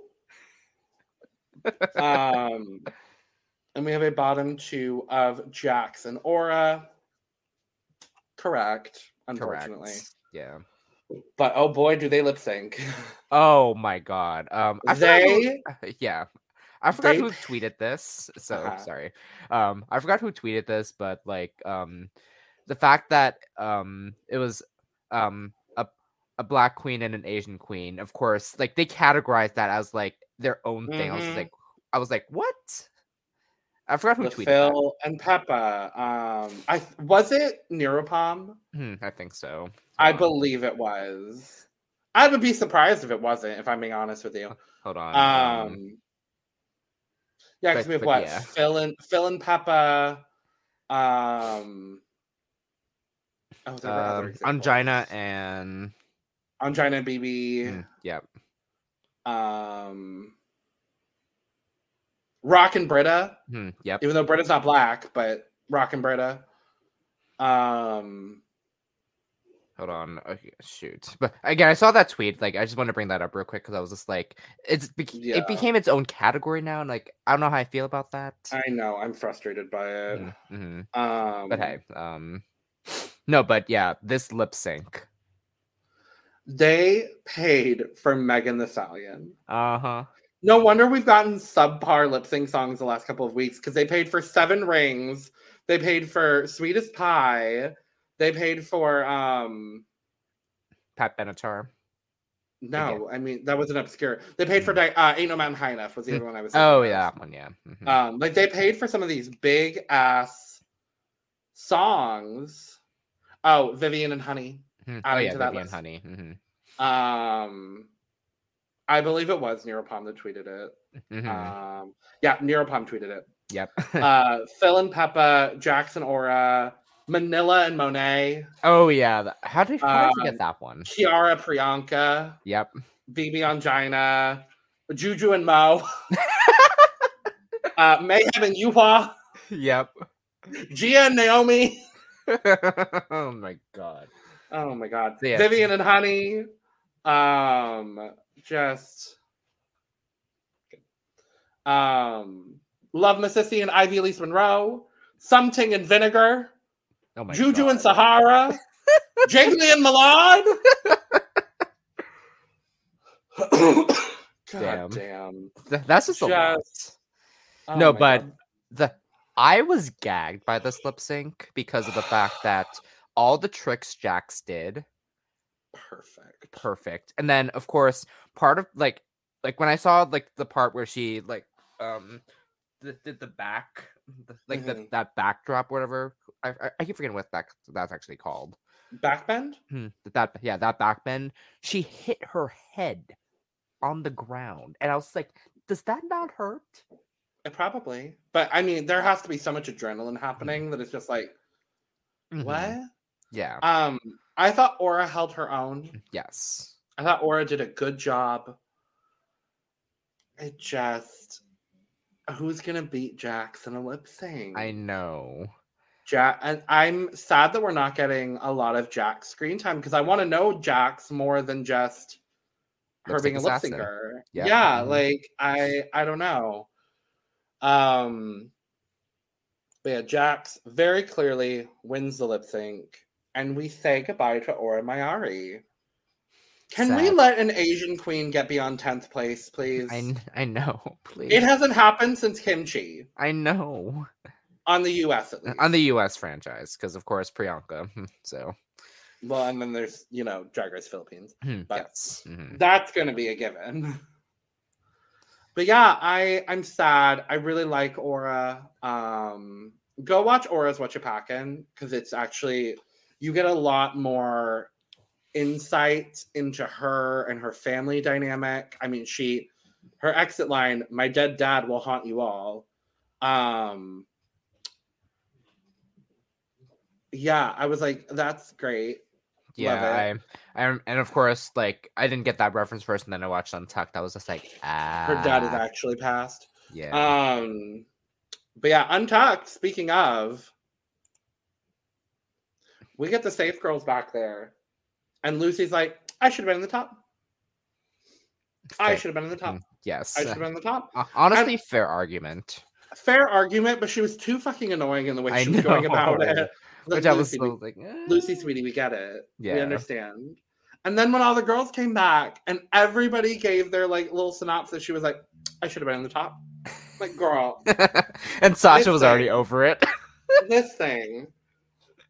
A: um, and we have a bottom two of Jax and Aura. Correct,
B: Correct.
A: unfortunately.
B: Yeah.
A: But oh boy, do they lip sync.
B: Oh my god. Um I forgot who-
A: they
B: (laughs) yeah. I forgot
A: They-
B: who tweeted this. So
A: Uh-huh.
B: sorry. Um I forgot who tweeted this, but like um the fact that um it was um a a black queen and an Asian queen, of course, like they categorized that as like their own thing. I was
A: Mhm.
B: just like I was like, what? I forgot who
A: with
B: tweeted that.
A: Phil and Peppa. Um, I was it Neuropom?
B: Hmm, I think so.
A: I
B: Hold on,
A: believe it was. I would be surprised if it wasn't, if I'm being honest with you.
B: hold on. Um,
A: Um Yeah, because
B: but-
A: we have
B: but
A: what?
B: yeah.
A: Phil and Phil and Peppa. Um Oh, there were other
B: um,
A: examples.
B: Angina and
A: Angina BB.
B: mm, yeah,
A: Um Rock and Britta,
B: hmm, yep.
A: even though Britta's not black, but Rock and Britta. Um
B: Hold on, okay, shoot. But again, I saw that tweet. Like, I just wanted to bring that up real quick because I was just like, it's bec-
A: Yeah.
B: it became its own category now, and like, I don't know how I feel about that.
A: I know I'm frustrated by it.
B: Mm, mhm.
A: Um
B: But hey, um, no, but yeah, this lip sync.
A: they paid for Megan the Stallion.
B: Uh huh.
A: No wonder we've gotten subpar lip sync songs the last couple of weeks because they paid for Seven Rings, they paid for Sweetest Pie, they paid for um
B: Pat Benatar.
A: no, I mean that wasn't obscure. They paid for Di- uh, Ain't No Mountain High Enough was the other one I was. thinking
B: Mm. Oh
A: of.
B: yeah, that one yeah. mhm.
A: um like they paid for some of these big ass songs. Oh, Vivian and Honey.
B: Mhm. oh
A: adding
B: yeah,
A: to that
B: Vivian
A: list.
B: Honey. mhm,
A: Um, I believe it was Neuropom that tweeted it.
B: mhm,
A: Um, yeah, Neuropom tweeted it. (laughs)
B: yep. (laughs)
A: uh, Phil and Peppa, Jackson Aura, Manila and Monet,
B: oh yeah. th- How did how did you
A: um,
B: get that one?
A: Kiara Priyanka,
B: Yep.
A: (laughs) BB Angina, Juju and Mo, uh, Mayhem and Yuhua,
B: Yep.
A: Gia and Naomi,
B: (laughs) oh my god.
A: Oh my god.
B: Yeah.
A: Vivian and Honey. Um just um Love Mississippi and Ivy Elise Monroe, Something and Vinegar,
B: Oh my
A: Juju
B: god.
A: and (laughs) Sahara, Jiggly and Milan.
B: (coughs)
A: god
B: Damn.
A: damn.
B: Th- That's just, a lot.
A: Just- Oh
B: no,
A: my
B: but
A: God.
B: the I was gagged by this lip sync because of the fact that all the tricks Jax did
A: perfect.
B: perfect. And then of course, part of like like when I saw like the part where she like um th- did the back the, like the,
A: Mhm.
B: that backdrop whatever I, I I keep forgetting what that that's actually called.
A: Backbend?
B: Hmm, that yeah, that back bend, she hit her head on the ground. And I was like, does that not hurt?
A: Uh, Probably. But I mean there has to be so much adrenaline
B: Mm-hmm.
A: happening that it's just like,
B: Mhm.
A: what?
B: Yeah.
A: Um, I thought Aura held her
B: Mm.
A: own.
B: Yes.
A: I thought Aura did a good job. It just who's gonna beat Jax in a lip sync?
B: I know.
A: Jack and I'm sad that we're not getting a lot of Jack's screen time because I want to know Jax more than just her
B: Lip sync
A: being a lip
B: assassin.
A: syncer.
B: Yeah.
A: Yeah,
B: Mhm.
A: like I I don't know. Um but yeah, Jax very clearly wins the lip sync, and we say goodbye to Ora Mayari. Can we
B: Sad.
A: let an Asian queen get beyond 10th place, please?
B: I kn-
A: (laughs)
B: I know. Please.
A: It hasn't happened since Kimchi
B: I know.
A: on the US at least.
B: on the U.S. franchise because, of course, Priyanka. hmm, So
A: Well, and then there's, you know, Drag Race Philippines.
B: mhm,
A: But-
B: yes, mhm.
A: That's going to be a given. But yeah, I I'm sad. I really like Aura. Um go watch Aura's What You Packin cuz it's actually you get a lot more insight into her and her family dynamic. I mean, she her exit line, my dead dad will haunt you all. Um Yeah, I was like that's great.
B: yeah, I, I, rem- and of course, like I didn't get that reference first, and then I watched Untucked. I was just like, ah,
A: Her dad is actually passed.
B: yeah,
A: Um, but yeah, Untucked. Speaking of, we get the safe girls back there, and Lucy's like, "I should have been in the top. I
B: Fair-
A: should have been in the top.
B: mm, yes.
A: I should have
B: (laughs)
A: been in the top."
B: Uh, Honestly, fair argument.
A: Fair argument, but she was too fucking annoying in the way
B: Mm-hmm. I
A: she was going about
B: know.
A: it.
B: (laughs)
A: Like,
B: Which I was
A: Lucy,
B: so like,
A: Lucy,
B: "Eh."
A: sweetie, we get it. We
B: Yeah.
A: understand. And then when all the girls came back and everybody gave their like little synopsis, she was like, "I should have been in the top." Like, girl,
B: (laughs) and Sasha was
A: Listen.
B: already over it. (laughs)
A: this thing.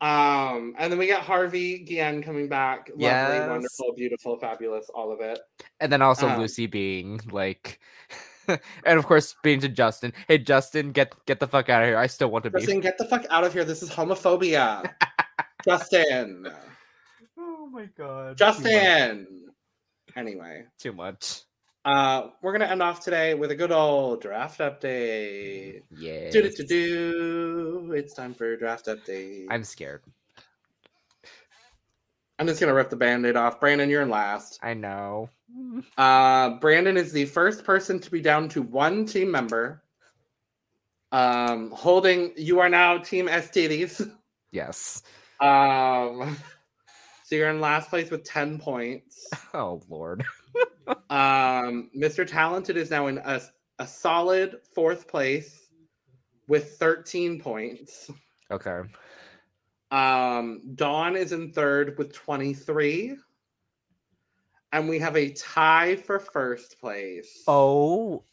A: Um, and then we got Harvey Guillen coming back. Lovely,
B: Yes.
A: wonderful, beautiful, fabulous, all of it.
B: And then also
A: Um,
B: Lucy being like, (laughs) and of course being to Justin. Hey Justin, get get the fuck out of here. I still want to be.
A: Justin, get the fuck out of here. This is homophobia. Justin.
B: (laughs) Oh my god.
A: Justin. Anyway,
B: Too much.
A: uh, we're gonna end off today with a good old draft update.
B: Yeah.
A: Do do do do. It's time for draft update. I'm,
B: I'm scared.
A: just gonna rip the band-aid off. Brandon, you're in last.
B: I know.
A: Uh, Brandon is the first person to be down to one team member. Um, holding you are now team STDs.
B: Yes.
A: Um, so you're in last place with 10 points.
B: Oh lord. (laughs)
A: Um, Mr. Talented is now in a, a solid fourth place with 13 points.
B: Okay.
A: Um, Dawn is in third with 23. And we have a tie for first place.
B: Oh.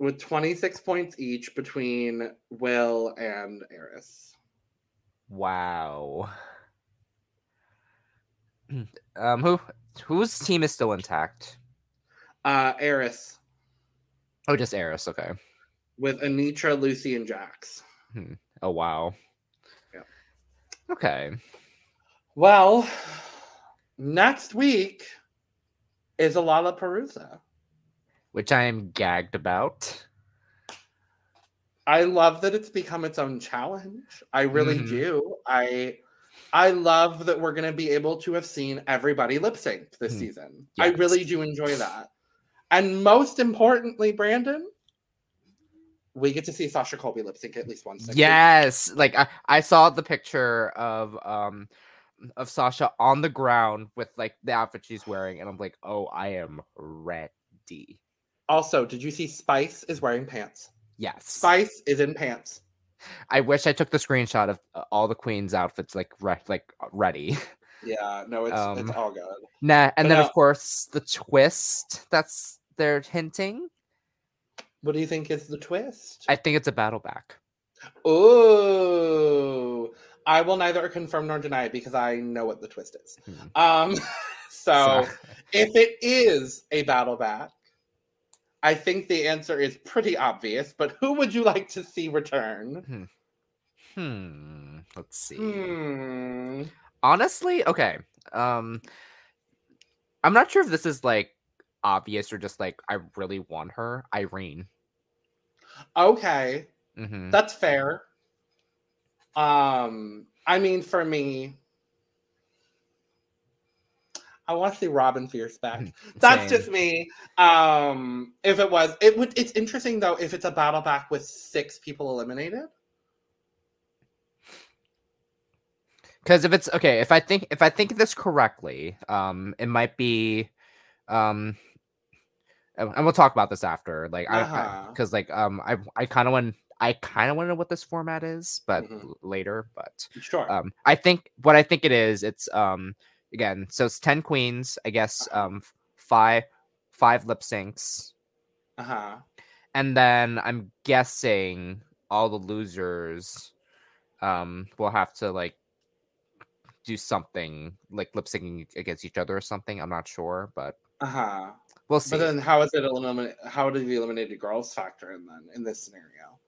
A: with 26 points each between Will and Eris.
B: (clears throat) Wow. um. Who? Whose team is still intact?
A: Uh Eris
B: Oh, just Eris. Okay.
A: with Anitra, Lucy, and Jax.
B: Oh wow.
A: Yeah.
B: Okay.
A: Well, next week is a Lollapalooza.
B: Which I am gagged about.
A: I love that it's become its own challenge. I really
B: Mhm.
A: do. I I love that we're going to be able to have seen everybody lip sync this
B: Mm.
A: season. I
B: Yes.
A: really do enjoy that. And most importantly, Brandon, we get to see Sasha Colby lip sync at least once. next week.
B: Yes, like I, I saw the picture of um of Sasha on the ground with like the outfit she's wearing, and I'm like, oh, I am ready.
A: Also, did you see Spice is wearing pants?
B: Yes,
A: Spice is in pants.
B: I wish I took the screenshot of uh, all the queens' outfits like re- like uh, ready. (laughs)
A: Yeah, no, it's it's
B: Um,
A: all good.
B: Nah,
A: But
B: and
A: uh
B: then
A: no-
B: of course the twist that's they're hinting.
A: What do you think is the twist?
B: I think it's a battle back.
A: Ooh. I will neither confirm nor deny it because I know what the twist is.
B: Mhm.
A: Um, (laughs) so,
B: So-
A: if it is a battle back, I think the answer is pretty obvious, but who would you like to see return?
B: Hmm. Let's see.
A: Hmm.
B: honestly okay um i'm not sure if this is like obvious or just like i really want her irene
A: Okay,
B: hmm
A: that's fair. Um, I mean, for me, I want to see Robin Fierce back. (laughs) That's just me. Um, if it was, it would. It's interesting though if it's a battle back with six people eliminated.
B: because if it's okay if i think if i think of this correctly um it might be um and and we'll talk about this after like i
A: Uh-huh.
B: because like um i i kind of want i kind of want to know what this format is but
A: Mhm.
B: l- later but
A: Sure.
B: um i think what i think it is it's um again so it's 10 queens i guess um f- five five lip syncs
A: Uh huh.
B: and then i'm guessing all the losers um will have to like do something like lip syncing against each other or something i'm not sure but
A: Uh huh.
B: we'll see
A: But then, how is it eliminate? How do the eliminated girls factor in then in this scenario?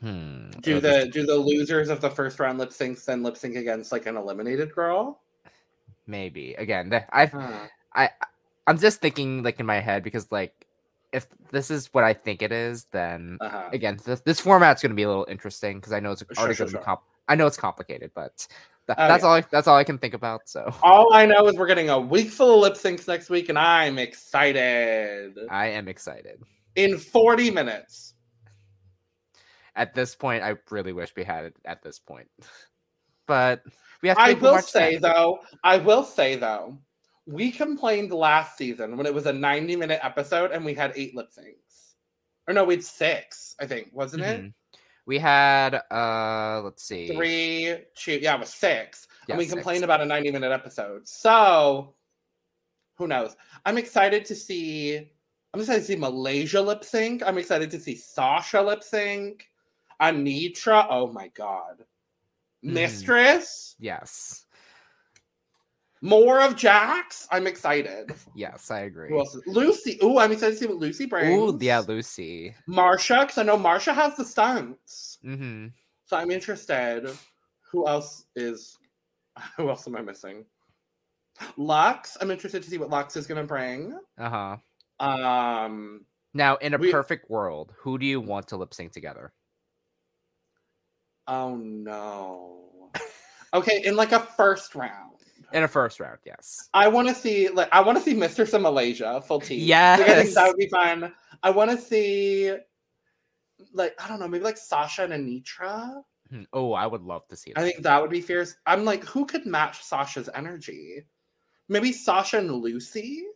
B: Hmm,
A: Do
B: uh, this-
A: the do the losers of the first round lip syncs then lip sync against like an eliminated girl?
B: maybe again the, i
A: Huh.
B: i'm just thinking like in my head because like if this is what i think it is then
A: Uh huh.
B: again, this, this format's going to be a little interesting because I know it's
A: Sure,
B: already
A: sure,
B: going to
A: sure.
B: be comp- I know it's complicated, but tha-
A: Oh,
B: that's
A: yeah.
B: all. I, that's all I can think about. So
A: All I know is we're getting a week full of lip syncs next week, and I'm excited.
B: I am excited.
A: In 40 minutes.
B: At this point, I really wish we had it. At this point, but we have. To
A: I
B: wait and
A: will
B: watch that.
A: say though, I will say though, we complained last season when it was a 90 minute episode and we had eight lip syncs. Or no, we had six, I think, wasn't
B: Mhm. we had. uh Let's see.
A: it? Three, two, yeah, it was six.
B: Yeah,
A: and we
B: six.
A: complained about a 90 minute episode. So who knows? I'm excited to see I'm excited to see Malaysia lip sync. I'm excited to see Sasha lip sync. Anitra. Oh my god.
B: Mhm.
A: Mistress.
B: Yes.
A: More of Jax. I'm excited.
B: Yes, I agree.
A: Who else? is- Lucy. Ooh, I'm excited to see what Lucy brings.
B: Ooh, yeah, Lucy.
A: Marsha, because I know Marsha has the stunts,
B: hmm
A: so I'm interested. Who else is? (laughs) Who else am I missing? Lux. I'm interested to see what Lux is gonna bring.
B: Uh huh.
A: Um,
B: Now, in a
A: We-
B: perfect world, who do you want to lip sync together?
A: oh no. (laughs) Okay, in like a first round,
B: In a first round, yes.
A: I want to see like I want to see Mistress of Malaysia full team. Like, I think that
B: Yes.
A: would be fun. I want to see, like, I don't know, maybe like Sasha and Anitra.
B: Hmm, Oh, I would love to see that.
A: I think that would be fierce. I'm like, who could match Sasha's energy? Maybe Sasha and Lucy.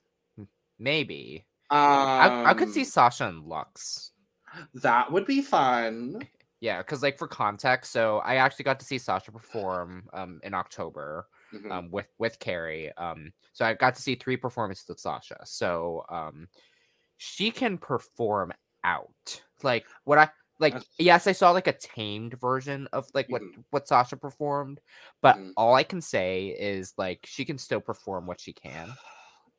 B: Maybe.
A: Um,
B: I, I could see Sasha and Lux.
A: that would be fun.
B: Yeah, because like for context, so I actually got to see Sasha perform um in October
A: Mhm.
B: um with with Carrie. Um, so I got to see three performances of Sasha. So um, she can perform out. Like what I like.
A: That's- Mm-hmm.
B: Yes, I saw like a tamed version of like what what Sasha performed, but
A: Mhm.
B: all I can say is like she can still perform what she can,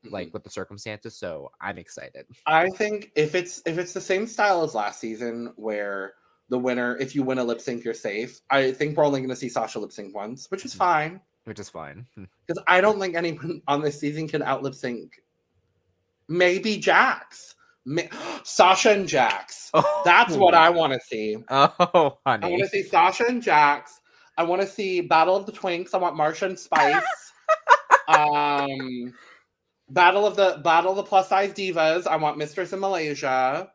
A: Mhm.
B: like with the circumstances. So I'm excited.
A: I think if it's if it's the same style as last season, where the winner, if you win a lip sync, you're safe. I think we're only going to see Sasha lip sync once, which is
B: Mhm.
A: fine.
B: which is fine. (laughs)
A: because I don't think anyone (laughs) on this season can out lip sync. Maybe Jax, Ma- (gasps) Sasha and Jax.
B: Oh,
A: That's what I want to see.
B: (laughs) Oh,
A: I want
B: honey.
A: to see Sasha and Jax. I want to see Battle of the Twinks. I want Marsha and Spice.
B: (laughs)
A: um, Battle of the Battle of the Plus Size Divas. I want Mistress in Malaysia.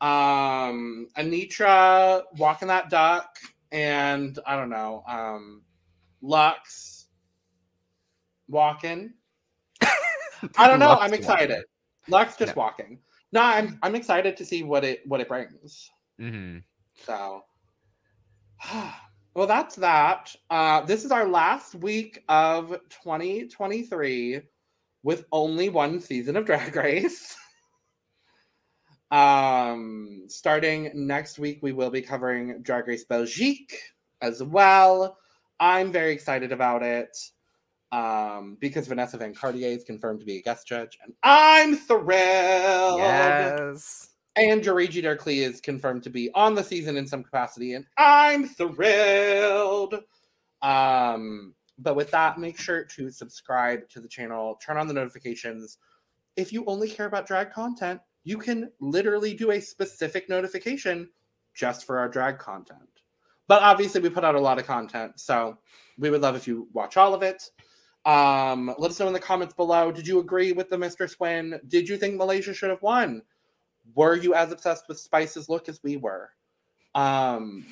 A: um, Anitra walking that duck, and I don't know, um, Lux walking. I don't know.
B: Lux
A: I'm
B: walking.
A: excited. Lux just
B: No.
A: walking. No, I'm I'm excited to see what it what it brings.
B: Mm-hmm.
A: So, (sighs) well, that's that. Uh, this is our last week of 2023 with only one season of Drag Race. (laughs) um, starting next week, we will be covering Drag Race Belgique as well. I'm very excited about it um, because Vanessa Van Cartier is confirmed to be a guest judge, and I'm thrilled.
B: Yes.
A: And Jorigi Darkly is confirmed to be on the season in some capacity, and I'm thrilled. Um, but with that, make sure to subscribe to the channel, turn on the notifications. If you only care about drag content, you can literally do a specific notification just for our drag content. But obviously, we put out a lot of content, so we would love if you watch all of it. Um, let us know in the comments below. Did you agree with the Mistress win? Did you think Malaysia should have won? were you as obsessed with Spice's look as we were? Um,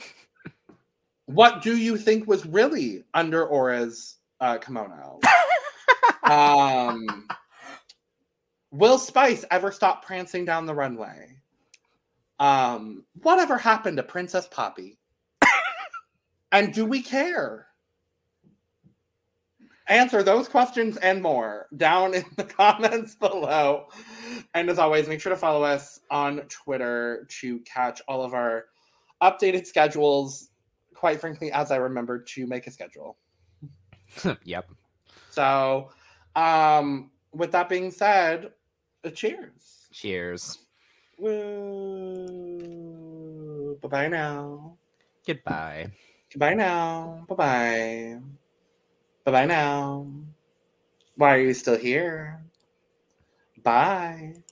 A: what do you think was really under Aura's uh, kimono? um, will Spice ever stop prancing down the runway? Um, whatever happened to Princess Poppy? and do we care? Answer those questions and more down in the (laughs) comments below. And as always, make sure to follow us on Twitter to catch all of our updated schedules. Quite frankly, as I remembered to make a schedule.
B: (laughs) yep.
A: So, um, with that being said, uh, cheers.
B: Cheers.
A: Woo. Bye bye now.
B: Goodbye.
A: Goodbye now. Bye bye. Bye bye now. Why are you still here? Bye.